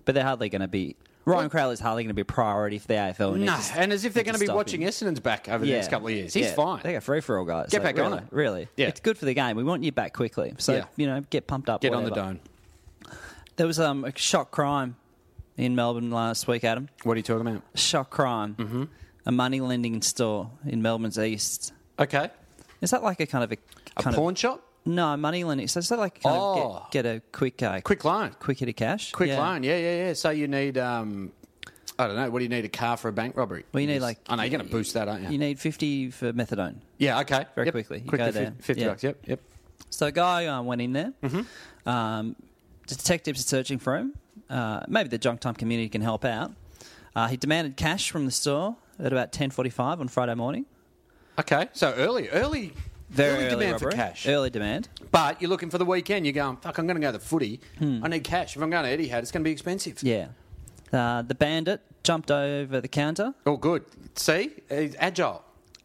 A: But they're hardly going to be. Ryan Crowley's hardly going to be a priority for the AFL. and
B: No,
A: it's just-
B: and as if they're
A: need
B: going
A: to
B: to be
A: stop
B: watching
A: him.
B: Essendon's back over the next couple of years. He's
A: Yeah.
B: fine.
A: They go free for all guys.
B: Get back on
A: really,
B: it.
A: Really.
B: Yeah.
A: It's good for the game. We want you back quickly. So,
B: Yeah.
A: you know, get pumped up.
B: Get on the
A: whatever.
B: dome.
A: There was um, a shock crime in Melbourne last week, Adam.
B: What are you talking about?
A: Shock crime. Mm-hmm. A money lending store in Melbourne's east.
B: Okay.
A: Is that like a kind of a.
B: A
A: Kind of-
B: pawn shop?
A: No, money lending. So is that like kind
B: Oh.
A: of get, get a quick, uh,
B: Quick loan.
A: quick hit of cash?
B: Quick
A: Yeah.
B: loan. Yeah, yeah, yeah. So you need, um, I don't know, what do you need? A car for a bank robbery?
A: Well, you need
B: Yes.
A: like.
B: I know, you're going to boost that, aren't you?
A: You need 50 for methadone.
B: yeah, okay.
A: Very
B: Yep.
A: quickly. You
B: Quickly,
A: go there.
B: fif- 50
A: Yeah.
B: bucks, yep, yep.
A: So a guy um, went in there.
B: Mm-hmm.
A: Um, detectives are searching for him. Uh, maybe the junk time community can help out. Uh, he demanded cash from the store at about ten forty-five on Friday morning.
B: Okay, so early, early, early, demand for
A: robbery.
B: cash.
A: Early demand.
B: But you're looking for the weekend. You're going, fuck, I'm going to go to the footy. I need cash. If I'm going to Etihad, it's going to be expensive.
A: Hmm. Yeah. Uh, the bandit jumped over the counter.
B: All Oh, good. See? He's agile.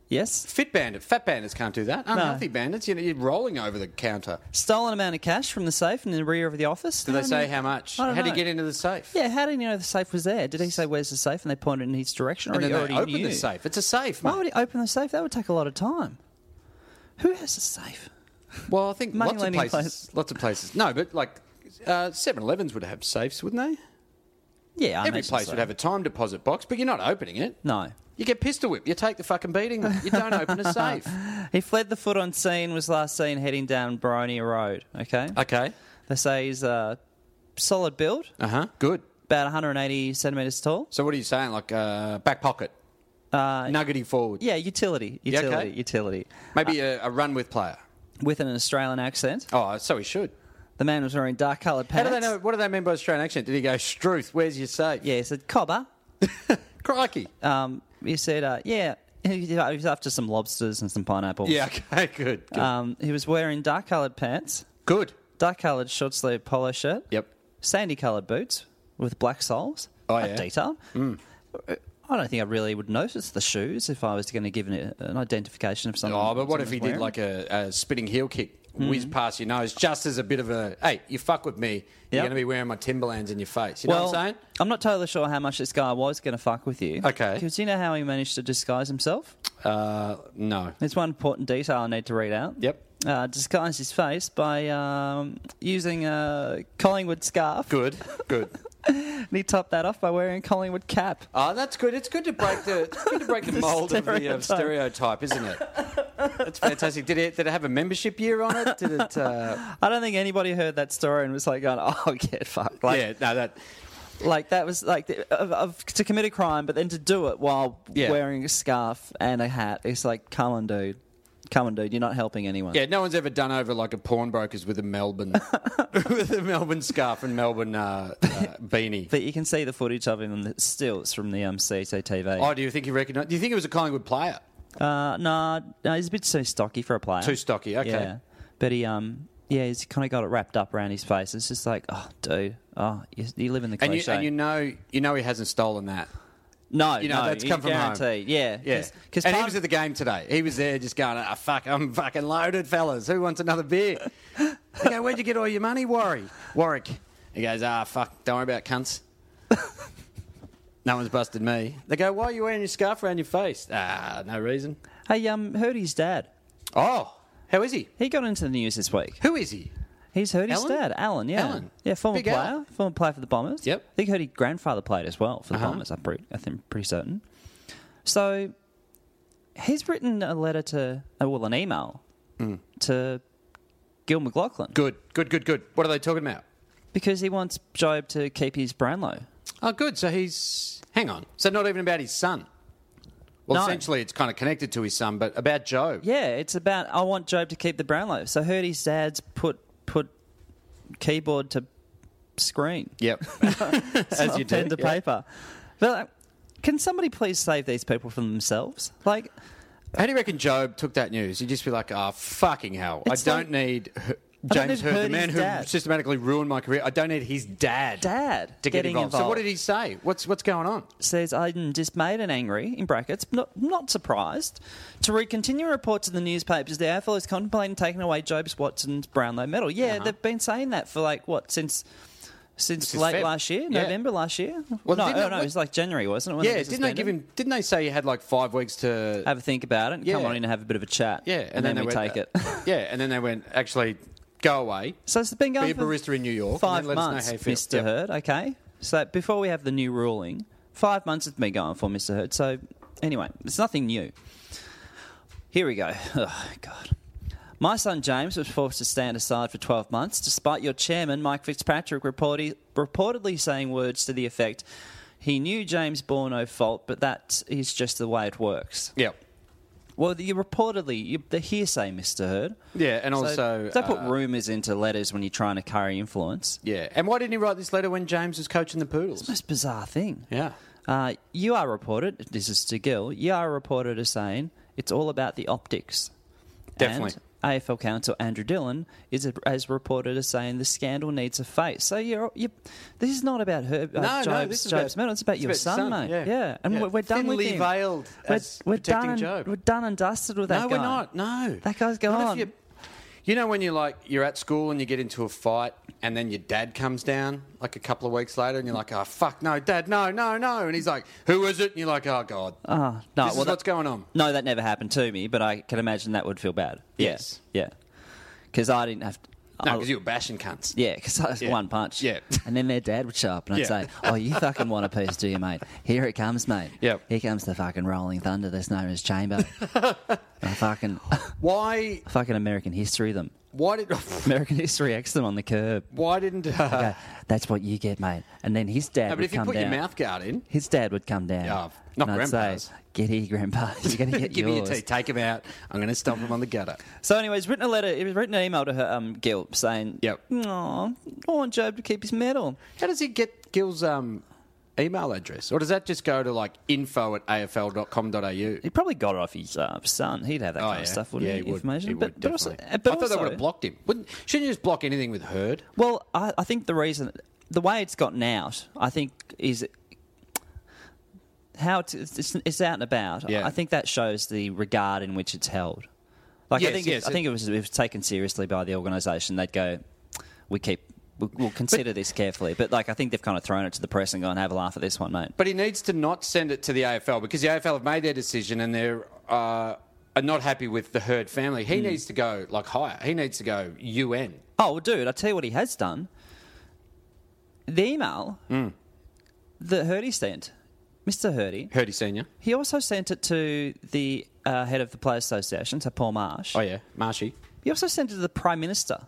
A: Yes.
B: Fit bandit. Fat bandits can't do that. Unhealthy bandits, you know, you're rolling over the counter.
A: Stolen amount of cash from the safe in the rear of the office.
B: Do they say how much?
A: I don't
B: How do you
A: know.
B: get into the safe?
A: Yeah. How did he know the safe was there? Did he say where's the safe? And they pointed in his direction, or
B: And
A: he
B: then
A: already
B: they open
A: knew?
B: the safe. It's a safe, mate.
A: Why would he open the safe? That would take a lot of time. Who has a safe?
B: Well, I think
A: Money
B: lots of
A: lending
B: places,
A: place.
B: lots of places. No, but like uh, 7-Elevens would have safes, wouldn't they?
A: Yeah, I
B: Every
A: imagine
B: place
A: so.
B: would have a time deposit box, but you're not opening it.
A: No.
B: You get pistol whipped. You take the fucking beating. You don't open a safe.
A: He fled the foot on scene, was last seen heading down Boronia Road. Okay.
B: Okay.
A: They say he's a solid build,
B: Uh huh. Good.
A: about 180 centimetres tall.
B: So what are you saying? Like uh, back pocket, uh, nuggety forward,
A: Yeah, utility,
B: Yeah, okay.
A: utility, utility.
B: maybe a, a run with player.
A: With an Australian accent.
B: Oh, so he should.
A: The man was wearing dark coloured
B: How
A: pants.
B: do they know? What do they mean by Australian accent? Did he go Struth? Where's your safe?
A: Yeah, he said, Cobber.
B: Crikey.
A: Um, he said, uh, yeah, he was after some lobsters and some pineapples.
B: yeah. Okay. Good. Good.
A: Um, he was wearing dark coloured pants,
B: Uh, good.
A: dark coloured short sleeve polo shirt.
B: Yep.
A: sandy coloured boots with black soles.
B: Oh,
A: a
B: yeah.
A: detail. I don't think I really would notice the shoes if I was going to give an, an identification of something.
B: Oh, but what if
A: someone's
B: he
A: wearing.
B: did like a, a spinning heel kick, whiz past your nose, just as a bit of a hey, you fuck with me,
A: Yep.
B: you're going to be wearing my Timberlands in your face. You
A: Well,
B: know what I'm saying?
A: not totally sure how much this guy was going to fuck with you.
B: Okay.
A: Because you know how he managed to disguise himself?
B: Uh, no.
A: There's one important detail I need to read out.
B: Yep.
A: Uh, disguised his face by um, using a Collingwood scarf.
B: Good. Good.
A: And he topped that off by wearing a Collingwood cap.
B: Ah, that's good. It's good to break the it's good to break the, mold of the uh, stereotype, isn't it? That's fantastic. Did it did it have a membership year on it? Did it? Uh,
A: I don't think anybody heard that story and was like, going, oh, get fucked. Like,
B: yeah. No. That.
A: Like that was like the, of, of, to commit a crime, but then to do it while
B: Yeah.
A: wearing a scarf and a hat. It's like, come on, dude, come on, dude, you're not helping anyone.
B: Yeah. No one's ever done over like a pawnbroker's with a Melbourne with a Melbourne scarf and Melbourne uh, uh, beanie.
A: But you can see the footage of him in the stills from the um, CCTV.
B: Oh, do you think he recognised? Do you think it was a Collingwood player?
A: Uh, nah, no, he's a bit too stocky for a player.
B: Too stocky. Okay.
A: Yeah, but he um yeah, he's kind of got it wrapped up around his face. It's just like, oh, dude, oh, you, you live in the
B: And you,
A: cliche.
B: and you know you know he hasn't stolen that.
A: no,
B: You know
A: no,
B: that's
A: you
B: come from home.
A: guaranteed. Yeah,
B: Yeah,
A: Because
B: and he was at the game today. He was there just going, "Ah, fuck, I'm fucking loaded, fellas. Who wants another beer?" I go, "Where'd you get all your money, Warwick?" Warwick. He goes, "Ah, fuck, don't worry about cunts. no one's busted me." They go, "Why are you wearing your scarf around your face?" Ah, no reason.
A: hey, um, Hurdy's dad.
B: Oh, how is he?
A: He got into the news this week.
B: Who is he?
A: He's Hurdy's
B: Alan?
A: dad, Alan. Yeah,
B: Alan.
A: yeah, former
B: Big
A: player,
B: Al.
A: former player for the Bombers.
B: Yep. Uh-huh.
A: I think Hurdy's grandfather played as well for the Bombers. I'm pretty, I think, pretty certain. So he's written a letter to, uh, well, an email
B: Mm.
A: to Gil McLaughlin
B: Good, good, good, good. What are they talking about?
A: because he wants Job to keep his Brownlow.
B: Oh, good. So he's hang on. So not even about his son. Well,
A: No.
B: essentially, it's kind of connected to his son, but about Joe.
A: Yeah, it's about I want Job to keep the Brownlow. So Hurdy's dad's put put keyboard to screen.
B: Yep.
A: as you pen to paper. But like, can somebody please save these people from themselves? Like,
B: How do you reckon Job took that news? He'd just be like, oh, fucking hell.
A: It's
B: I
A: like-
B: don't need H-
A: I don't
B: James
A: need
B: Hurd, the
A: Hurdy's
B: man who
A: dad."
B: systematically ruined my career. I don't need his dad,
A: Dad
B: to get
A: getting
B: involved. So what
A: involved.
B: did he say? What's what's going on?
A: says I'm dismayed and angry in brackets, not not surprised. To read continuing reports in the newspapers, the AFL is contemplating taking away Job's Watson's Brownlow medal. Yeah,
B: Uh-huh.
A: they've been saying that for like what since. Since
B: Since
A: late
B: Feb.
A: last year,
B: Yeah.
A: November last year.
B: Well,
A: no,
B: didn't
A: oh,
B: they-
A: no, it was like January, wasn't it? when
B: Yeah,
A: got
B: didn't they give
A: suspended?
B: him? Didn't they say he had like five weeks to?
A: have a think about it? And Come
B: Yeah.
A: on in and have a bit of a chat.
B: yeah,
A: and, then, we
B: they went,
A: take it.
B: uh, yeah, and then they went actually go away.
A: So it's been going
B: Be a
A: for
B: barista in New York and
A: Five
B: then let us know
A: months,
B: how you feel.
A: Mr.
B: Yep.
A: Hurd. Okay. So before we have the new ruling, five months it's been going for Mr. Hurd. So anyway, it's nothing new. Here we go. Oh God. My son James was forced to stand aside for 12 months, despite your chairman, Mike Fitzpatrick, reporti- reportedly saying words to the effect, he knew James bore no fault, but that is just the way it works.
B: Yep.
A: Well, you reportedly, you, the hearsay, Mr. Hurd.
B: Yeah, and also,
A: They put
B: uh,
A: rumours into letters when you're trying to carry influence.
B: Yeah, and why didn't he write this letter when James was coaching the Poodles?
A: Most bizarre thing.
B: Yeah.
A: Uh, you are reported, this is to Gill, you are reported as saying it's all about the optics.
B: Definitely.
A: And AFL counsel Andrew Dillon is a, as reported as saying the scandal needs a face. So you're, you this is not about her. Uh,
B: No, no,
A: Job's,
B: this is
A: Job's
B: about-
A: medal. It's about
B: it's
A: your
B: about
A: son,
B: son,
A: mate.
B: yeah.
A: Yeah, and
B: Yeah.
A: we're, we're done with
B: Thinly
A: him.
B: veiled
A: we're,
B: as
A: we're
B: protecting
A: done.
B: Job.
A: And, we're done and dusted with that
B: no,
A: guy.
B: we're not. No,
A: that guy's
B: Not if
A: gone.
B: you- You know when you're like you're at school and you get into a fight and then your dad comes down like a couple of weeks later and you're like, oh fuck no, dad, no, no, no, and he's like, who is it? And you're like, oh god,
A: Ah, no,
B: This is
A: well, that-
B: what's going on.
A: No, that never happened to me, but I can imagine that would feel bad. Yeah.
B: Yes.
A: Yeah. Because I didn't have to.
B: no,
A: I-
B: because you were bashing cunts.
A: yeah, because I was
B: Yeah.
A: one punch.
B: Yeah.
A: And then their dad would show up and I'd
B: Yeah.
A: say, Oh, you fucking want a piece, do you, mate? Here it comes, mate.
B: Yep.
A: Here comes the fucking rolling thunder that's known as chamber. I fucking,
B: Why?
A: fucking American history them.
B: Why did?
A: American history X them on the curb.
B: Why didn't? Uh,
A: Go, That's what you get, mate. And then his dad
B: no, but
A: would
B: if you
A: come
B: put
A: down.
B: your mouth guard in,
A: his dad would come down.
B: Yeah, not
A: and I'd say,
B: grandpa's.
A: Get here, grandpa. You're going to get
B: give me
A: yours.
B: your tea, take him out. I'm going to stomp him on the gutter.
A: So, anyways, written a letter. It was written an email to her, um, Gil, saying,
B: Yep.
A: "Aw, I want Job to keep his medal."
B: How does he get Gil's um, email address? Or does that just go to like info at afl.com.au?
A: He probably got it off his uh, son. He'd have that kind of stuff, wouldn't
B: Oh, yeah,
A: he?
B: would.
A: Information,
B: He
A: but,
B: would,
A: but also,
B: definitely.
A: uh, but
B: I thought
A: also,
B: they would have blocked him. Wouldn't, shouldn't you just block anything with Herd?
A: Well, I, I think the reason, the way it's gotten out, I think is how it's, it's, it's out and about.
B: Yeah.
A: I think that shows the regard in which it's held. Like
B: Yes,
A: I think,
B: yes,
A: if, I think it was, if it's taken seriously by the organisation, they'd go, "We keep." We'll, we'll consider this carefully, but like I think they've kind of thrown it to the press and gone, "Have a laugh at this one, mate."
B: But he needs to not send it to the AFL because the AFL have made their decision and they're uh, are not happy with the Herd family.
A: Hmm.
B: He needs to go like higher. He needs to go UN.
A: Oh, well, dude, I tell you what he has done. The email
B: Mm.
A: that Hurdy sent, Mr. Hurdy,
B: Herdy Senior.
A: he also sent it to the uh, head of the Players Association, so Paul Marsh.
B: Oh yeah, Marshy.
A: He also sent it to the Prime Minister.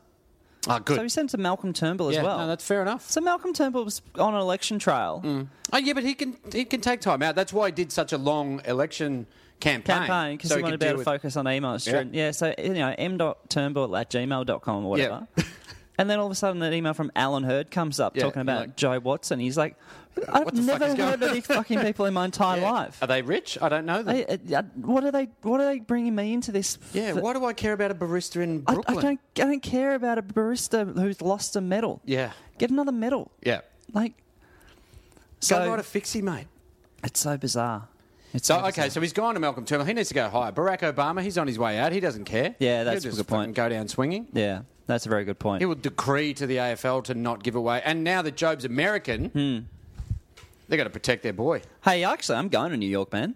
B: Oh good.
A: So he sent it to Malcolm Turnbull as
B: yeah,
A: well.
B: no, that's fair enough.
A: so Malcolm Turnbull was on an election trail.
B: Oh yeah, but he can he can take time out. That's why he did such a long election campaign.
A: campaign because
B: So
A: he wanted to
B: could
A: be
B: deal
A: able to
B: with-
A: focus on emails. Yeah. yeah, so, you know, m.turnbull at gmail.com or whatever.
B: Yeah.
A: and then all of a sudden, that email from Alan Hurd comes up
B: Yeah,
A: talking
B: you're
A: about
B: like-
A: Joe Watson. He's like, I've
B: What the fuck
A: never
B: is going
A: heard of these fucking people in my entire life.
B: Are they rich? I don't know them.
A: They- uh, uh, what are they? What are they bringing me into this?
B: yeah,
A: f-
B: why do I care about a barista in
A: I,
B: Brooklyn?
A: I don't. I don't care about a barista who's lost a medal.
B: Yeah.
A: get another medal.
B: Yeah.
A: Like,
B: So,
A: so
B: write a fixie, mate.
A: it's so bizarre. It's
B: So
A: so
B: okay, so he's gone to Malcolm Turnbull. He needs to go higher. Barack Obama, he's on his way out. He doesn't care.
A: Yeah, that's a
B: He'll just
A: good point.
B: fucking Go down swinging.
A: Yeah, that's a very good point.
B: He will decree to the AFL to not give away. And now that Job's American,
A: Hmm.
B: they got to protect their boy
A: Hey, actually, I'm going to New York, man.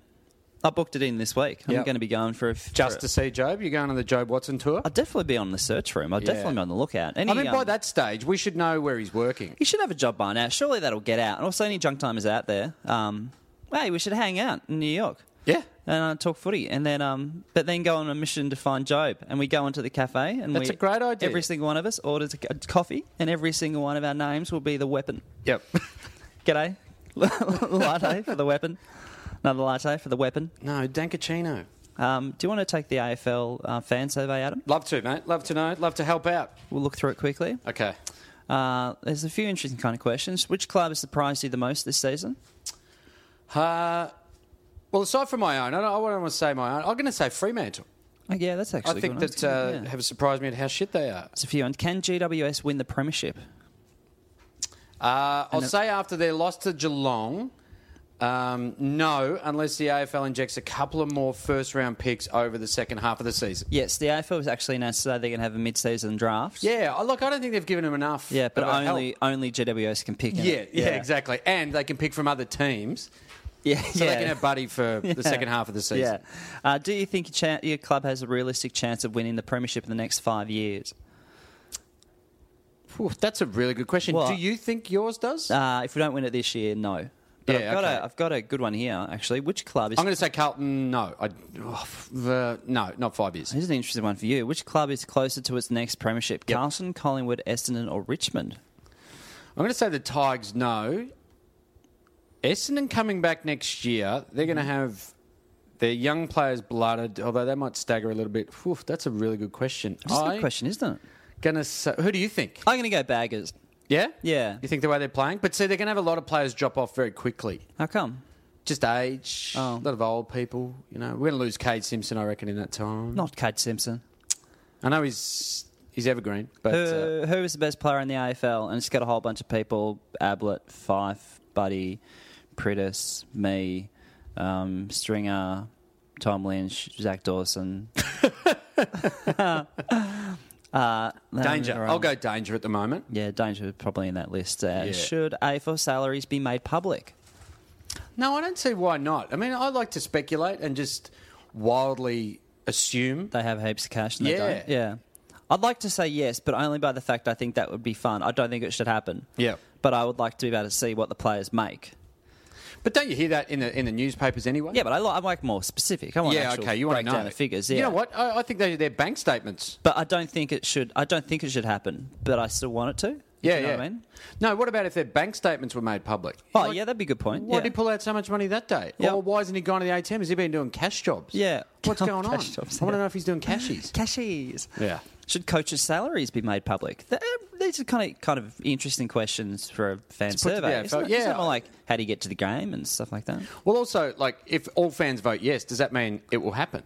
A: I booked it in this week. I'm
B: Yep.
A: going to be going for a f-
B: just
A: for a-
B: to see Job. You're going on the Job Watson tour.
A: I'll definitely be on the search room. I'll definitely be on the lookout. Any,
B: I mean, by
A: um,
B: that stage, we should know where he's working.
A: you should have a job by now. Surely that'll get out. And also, any junk timers out there, um, hey, we should hang out in New York.
B: Yeah.
A: And uh, talk footy, and then um, but then go on a mission to find Job, and we go into the cafe, and
B: That's
A: we-
B: a great idea.
A: Every single one of us orders a c- a coffee, and every single one of our names will be the weapon.
B: Yep.
A: G'day, latte for the weapon. Another latte for the weapon.
B: no, Dankachino.
A: Um, do you want to take the AFL uh, fan survey, Adam?
B: Love to, mate. Love to know. Love to help out.
A: We'll look through it quickly.
B: Okay.
A: Uh, there's a few interesting kind of questions. Which club has surprised you the most this season?
B: Uh, well, aside from my own, I don't, I don't want to say my own. I'm going to say Fremantle.
A: Oh, yeah, that's actually.
B: I
A: a
B: think
A: good
B: that
A: one.
B: uh,
A: Yeah.
B: have surprised me at how shit they are.
A: There's a few. And can GWS win the premiership?
B: Uh, I'll say after their loss to Geelong, um, no, unless the AFL injects a couple of more first round picks over the second half of the season.
A: Yes, the AFL was actually announced today they're going to have a mid-season draft.
B: Yeah, I- look, I don't think they've given them enough.
A: yeah, but
B: of a
A: only
B: help.
A: only GWS can pick. in
B: Yeah,
A: it.
B: yeah, exactly. And they can pick from other teams,
A: Yeah,
B: so
A: yeah.
B: they can have Buddy for the second half of the season.
A: Yeah. Uh, do you think your, chan your club has a realistic chance of winning the premiership in the next five years?
B: Phew, that's a really good question.
A: Well,
B: Do you think yours does?
A: Uh, if we don't win it this year, no. But
B: Yeah,
A: I've, got
B: okay.
A: a, I've got a good one here, actually. Which club is.
B: I'm going to say Carlton. No, I, oh, f- uh, no, not five years.
A: Here's an interesting one for you. Which club is closer to its next premiership? Carlton, Collingwood, Essendon, or Richmond?
B: I'm going to say the Tigers. No, Essendon coming back next year. They're
A: Mm-hmm.
B: going to have their young players blooded, although they might stagger a little bit. Oof, that's a really good question.
A: That's a
B: I
A: good question, isn't it?
B: Gonna say, who do you think?
A: I'm going to go Baggers.
B: Yeah,
A: Yeah.
B: You think the way they're playing, but see, they're going to have a lot of players drop off very quickly.
A: How come?
B: Just age, a
A: Oh.
B: lot of old people. You know, we're going to lose Cade Simpson, I reckon, in that time.
A: Not Cade Simpson.
B: I know he's he's evergreen, but
A: Who,
B: uh,
A: who was the best player in the AFL? And it's got a whole bunch of people Ablett, Fife, Buddy, Prittis, me, um, Stringer, Tom Lynch, Zach Dawson. uh,
B: danger.
A: Leonard
B: I'll
A: Orr.
B: go danger at the moment.
A: Yeah, Danger probably in that list. Uh,
B: Yeah.
A: Should AFL salaries be made public?
B: No, I don't see why not. I mean, I like to speculate and just wildly assume.
A: They have heaps of cash and
B: Yeah.
A: they don't. Yeah. I'd like to say yes, but only by the fact I think that would be fun. I don't think it should happen.
B: Yeah.
A: But I would like to be able to see what the players make.
B: But don't you hear that in the in the newspapers anyway?
A: Yeah, but I, li- I like more specific. I want
B: yeah,
A: actual
B: okay. You want to
A: breakdown
B: know
A: of figures. Yeah.
B: You know what? I, I think they, they're bank statements.
A: But I don't think it should. I don't think it should happen. But I still want it to. if
B: Yeah,
A: you know
B: yeah.
A: What I mean?
B: No, what about if their bank statements were made public?
A: Oh,
B: Like,
A: yeah, that'd be a good point.
B: Why
A: yeah.
B: did he pull out so much money that day?
A: Yeah.
B: Or why hasn't he gone to the ATM? Has he been doing cash jobs?
A: Yeah.
B: What's
A: Oh,
B: going on?
A: cash jobs,
B: I want to
A: yeah.
B: know if he's doing cashies.
A: cashies?
B: Yeah.
A: Should coaches' salaries be made public? Th- uh, These are kind of kind of interesting questions for a fan
B: put to the
A: survey. isn't
B: AFL.
A: it? Isn't it
B: Yeah.
A: more like how do you get to the game and stuff like that.
B: well, also, like, if all fans vote yes, does that mean it will happen?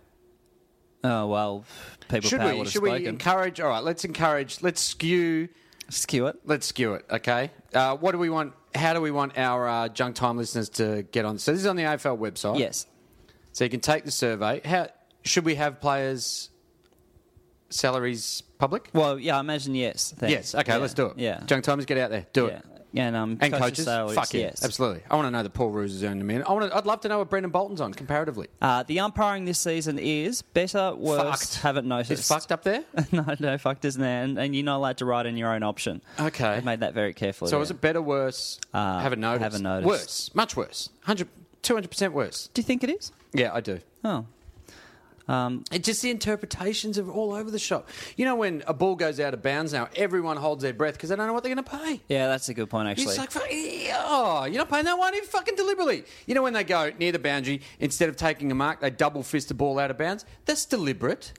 A: Oh well, people
B: Uh, Should
A: power
B: we?
A: would have
B: Should we
A: spoken.
B: encourage? All right, let's encourage. Let's skew
A: Skew it.
B: Let's skew it, okay? Uh, what do we want? How do we want our uh, junk time listeners to get on? So this is on the AFL website.
A: Yes.
B: So you can take the survey. How should we have players' salaries public?
A: Well, yeah, I imagine yes. then.
B: Yes. Okay,
A: Yeah.
B: let's do it.
A: Yeah.
B: Junk timers, get out there, do
A: yeah.
B: it.
A: And um,
B: And
A: coaches'
B: coaches,
A: salaries,
B: fuck yeah,
A: yes.
B: absolutely. I want to know that Paul Roos has earned a minute. I want. To, I'd love to know what Brendan Bolton's on comparatively.
A: Uh, the umpiring this season is better, worse,
B: Fucked.
A: haven't noticed.
B: It's fucked up there.
A: no, no, fucked isn't there, and, and you're not allowed to write in your own option.
B: Okay.
A: I've made that very carefully.
B: So
A: yeah.
B: is it better, worse?
A: Uh,
B: haven't noticed.
A: haven't noticed.
B: Worse, much worse. 100 200 percent worse.
A: Do you think it is?
B: Yeah, I do.
A: Oh, Um,
B: It's just the interpretations of all over the shop. You know, when a ball goes out of bounds now, everyone holds their breath because they don't know what they're going to pay.
A: yeah, that's a good point actually.
B: It's just like, fuck, oh, you're not paying that one even fucking deliberately. You know, when they go near the boundary, instead of taking a mark, they double fist the ball out of bounds. That's deliberate.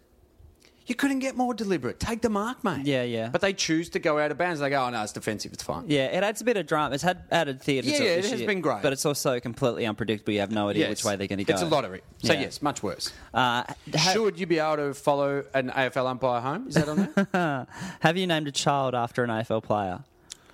B: You couldn't get more deliberate. Take the mark, mate.
A: Yeah, yeah.
B: But they choose to go out of bounds. They go, oh, no, it's defensive. It's fine.
A: Yeah, it adds a bit of drama. It's had added theatre.
B: Yeah,
A: to
B: yeah,
A: this
B: it has
A: year,
B: been great.
A: But it's also completely unpredictable. You have no idea
B: Yes.
A: which way they're going to go.
B: It's a lottery. So,
A: Yeah.
B: yes, much worse.
A: Uh, ha-
B: Should you be able to follow an AFL umpire home? Is that on there?
A: have you named a child after an AFL player?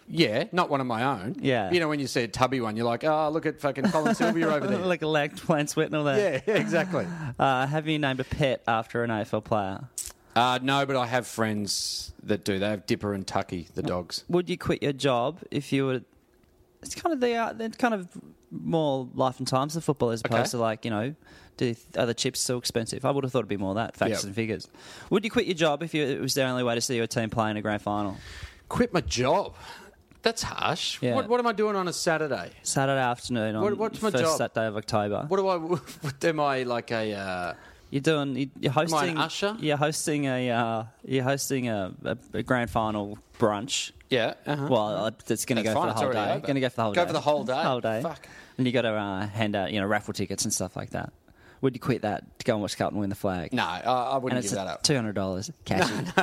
B: yeah, not one of my own.
A: Yeah.
B: You know, when you see a tubby one, you're like, oh, look at fucking Colin Sylvia over there.
A: like a leg Plants Whitnell there.
B: yeah, yeah, exactly.
A: Uh, have you named a pet after an AFL player?
B: Uh, no, but I have friends that do. They have Dipper and Tucky,
A: Oh.
B: the dogs.
A: Would you quit your job if you were? It's kind of the uh, it's kind of more life and times of football as opposed
B: Okay.
A: to like you know, do other chips so expensive? I would have thought it'd be more that facts
B: Yep.
A: and figures. Would you quit your job if you, it was the only way to see your team play in a grand final?
B: Quit my job. That's harsh.
A: Yeah.
B: What, what am I doing on a Saturday?
A: Saturday afternoon on
B: What- what's my
A: first
B: job?
A: Saturday of October.
B: What do I? What, am I like a? Uh,
A: You're doing. you- You're
B: an
A: hosting.
B: usher?
A: You're hosting a. Uh, you're hosting a, a, a grand final brunch.
B: yeah. Uh-huh.
A: Well, uh, it's going to go
B: That's fine,
A: for the
B: it's
A: whole
B: already
A: day.
B: over.
A: Going to go for the whole
B: Go
A: day.
B: for the whole day.
A: Whole day.
B: Fuck.
A: And you got to uh, hand out, you know, raffle tickets and stuff like that. Would you quit that to go and watch Carlton win the flag?
B: no, I, I
A: And
B: wouldn't
A: it's
B: give that up.
A: two hundred dollars cashy.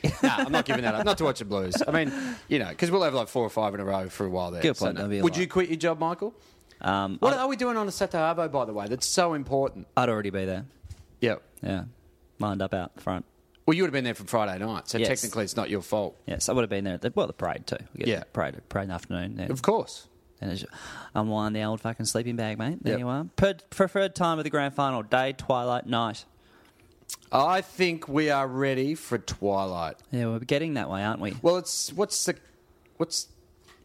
A: cashy.
B: no, I'm not giving that up. Not to watch the Blues. I mean, you know, because we'll have like four or five in a row for a while there.
A: Good point,
B: no.
A: that'd be a
B: Would
A: lot.
B: you quit your job, Michael?
A: Um,
B: What are we doing on a Saturday, Arvo, by the way? That's so important.
A: I'd already be there.
B: Yep.
A: Yeah, lined up out front.
B: Well, you would have been there from Friday night, so
A: Yes.
B: technically it's not your fault.
A: Yes, I would have been there. At the, well, the parade too. We get
B: Yeah.
A: the parade, parade in the afternoon. yeah.
B: Of course.
A: And it's- unwind the old fucking sleeping bag, mate. There
B: Yep.
A: you are. Per- preferred time of the grand final: day, twilight, night.
B: I think we are ready for Twilight.
A: Yeah, we're getting that way, aren't we?
B: Well, it's what's the what's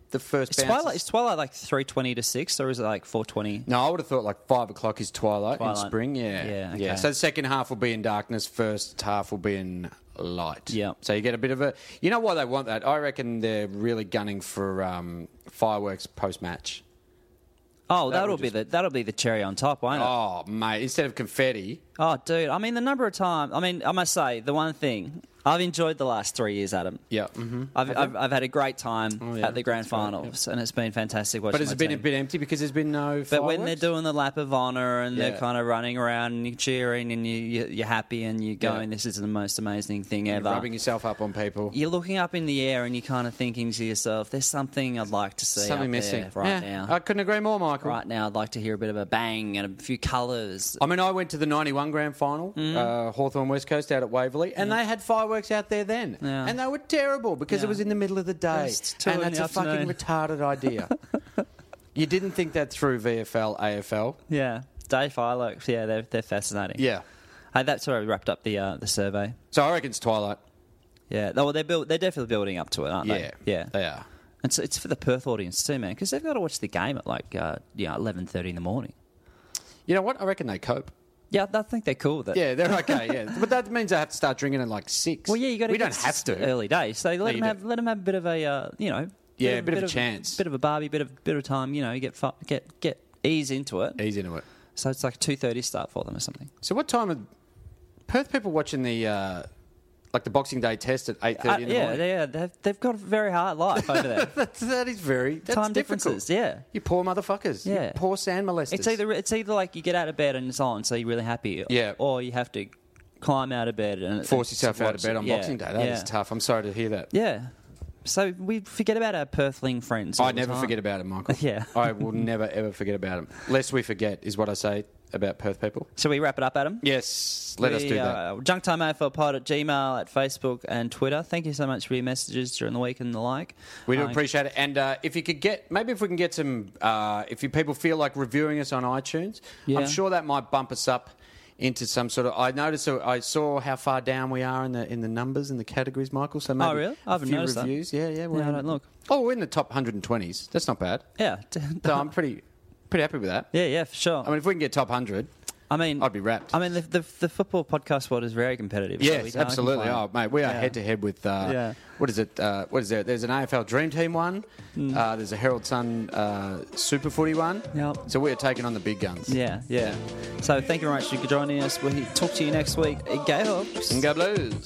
B: the first
A: Is
B: bounce?
A: twilight is twilight like three twenty to six, or is it like four twenty?
B: No, I would have thought like five o'clock is twilight,
A: Twilight.
B: in spring. Yeah,
A: Yeah, okay.
B: So the second half will be in darkness. First half will be in light.
A: Yeah.
B: So you get a bit of a. You know why they want that? I reckon they're really gunning for um, fireworks post match.
A: Oh,
B: That
A: that will
B: would
A: be the that'll be the cherry on top, won't it? Oh.
B: Oh mate, instead of confetti,
A: dude. I mean, the number of times. I mean, I must say the one thing I've enjoyed the last three years, Adam.
B: yeah. hmm
A: I've, I've, I've had a great time
B: yeah,
A: at the grand finals, and it's been fantastic watching.
B: But it's
A: my
B: been
A: team.
B: a bit empty because there's been no.
A: But when they're
B: fireworks.
A: doing the lap of honor and
B: Yeah.
A: they're kind of running around and you're cheering and you, you, you're happy and you're
B: Yeah.
A: going, this is the most amazing thing
B: You're
A: ever.
B: rubbing yourself up on people.
A: You're looking up in the air and you're kind of thinking to yourself, there's something I'd like to see. up
B: Something
A: there
B: missing
A: right
B: Yeah,
A: now.
B: I couldn't agree more, Michael.
A: Right now, I'd like to hear a bit of a bang and a few colours.
B: I mean, I went to the 91 grand final,
A: Mm.
B: uh, Hawthorne West Coast out at Waverley, and they had fireworks out there then.
A: Yeah.
B: And they were terrible because it
A: Yeah.
B: was in the middle of the day.
A: was two
B: and
A: in
B: that's
A: the
B: a fucking
A: afternoon.
B: retarded idea. you didn't think that through VFL, AFL?
A: Yeah. Day fireworks, yeah, they're, they're fascinating.
B: Yeah.
A: Hey, that's where I wrapped up the uh, the survey.
B: So I reckon it's Twilight.
A: Yeah, well, they're build, they're definitely building up to it, aren't
B: Yeah.
A: they? Yeah,
B: They are.
A: It's it's for the Perth audience too, man, because they've got to watch the game at like uh, you know eleven thirty in the morning.
B: You know what? I reckon they cope.
A: Yeah, I think they're cool with it.
B: Yeah, they're okay, yeah. but that means they have to start drinking at like six.
A: Well, yeah, you got to.
B: We don't have to.
A: early days. So let
B: you
A: them have
B: don't.
A: let them have a bit of a uh, you know.
B: Yeah,
A: of-
B: a bit of a chance.
A: Bit of a barbie, bit of bit of time. You know, you get fu- get get ease into it.
B: Ease into it.
A: So it's like two thirty start for them or something.
B: So what time are Perth people watching the uh, like the Boxing Day test at eight thirty
A: Uh,
B: in the
A: yeah,
B: morning?
A: yeah, they've they've got a very hard life over there.
B: That's, that is very that's
A: Time
B: difficult.
A: differences, yeah.
B: You poor motherfuckers. You
A: Yeah.
B: poor sand molesters.
A: It's either it's either like you get out of bed and it's on, so you're really happy.
B: Yeah.
A: Or you have to climb out of bed and
B: force yourself out of
A: watch
B: bed
A: it.
B: on
A: Yeah,
B: Boxing Day. That is
A: yeah.
B: tough. I'm sorry to hear that.
A: Yeah. So we forget about our Perthling friends. all
B: I
A: the
B: never
A: time.
B: forget about it, Michael.
A: Yeah.
B: I will never ever forget about it. Lest we forget is what I say about Perth people.
A: Shall we wrap it up, Adam?
B: Yes, let us
A: We,
B: do that.
A: Uh, JunkTimeAFLPod at Gmail, at Facebook, and Twitter. Thank you so much for your messages during the week and the like.
B: We do
A: Uh,
B: appreciate it. And uh, if you could get, maybe if we can get some, uh, if you people feel like reviewing us on iTunes,
A: Yeah.
B: I'm sure that might bump us up into some sort of. I noticed, uh, I saw how far down we are in the in the numbers and the categories, Michael. So maybe
A: Oh, really? I
B: a
A: haven't
B: few
A: noticed that.
B: reviews. Yeah, yeah. we're
A: Yeah, I
B: in-
A: don't look.
B: Oh, we're in the top 120s. That's not bad.
A: Yeah.
B: So I'm pretty pretty happy with that.
A: yeah, yeah, for sure.
B: I mean, if we can get top 100,
A: I mean,
B: I'd be wrapped.
A: I mean, the, the, the football podcast world is very competitive. so we
B: Yes,
A: can't
B: absolutely.
A: complain.
B: Oh, mate, we are
A: Yeah.
B: head to head with uh,
A: Yeah.
B: what is it? Uh, what is there? There's an AFL Dream Team one. Uh, there's a Herald Sun uh, Super Footy one.
A: Hmm. Yep.
B: So we are taking on the big guns.
A: Yeah, yeah. So thank you very much for joining us. We'll talk to you next week. Go Hawks.
B: And go Blues.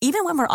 C: Even when we're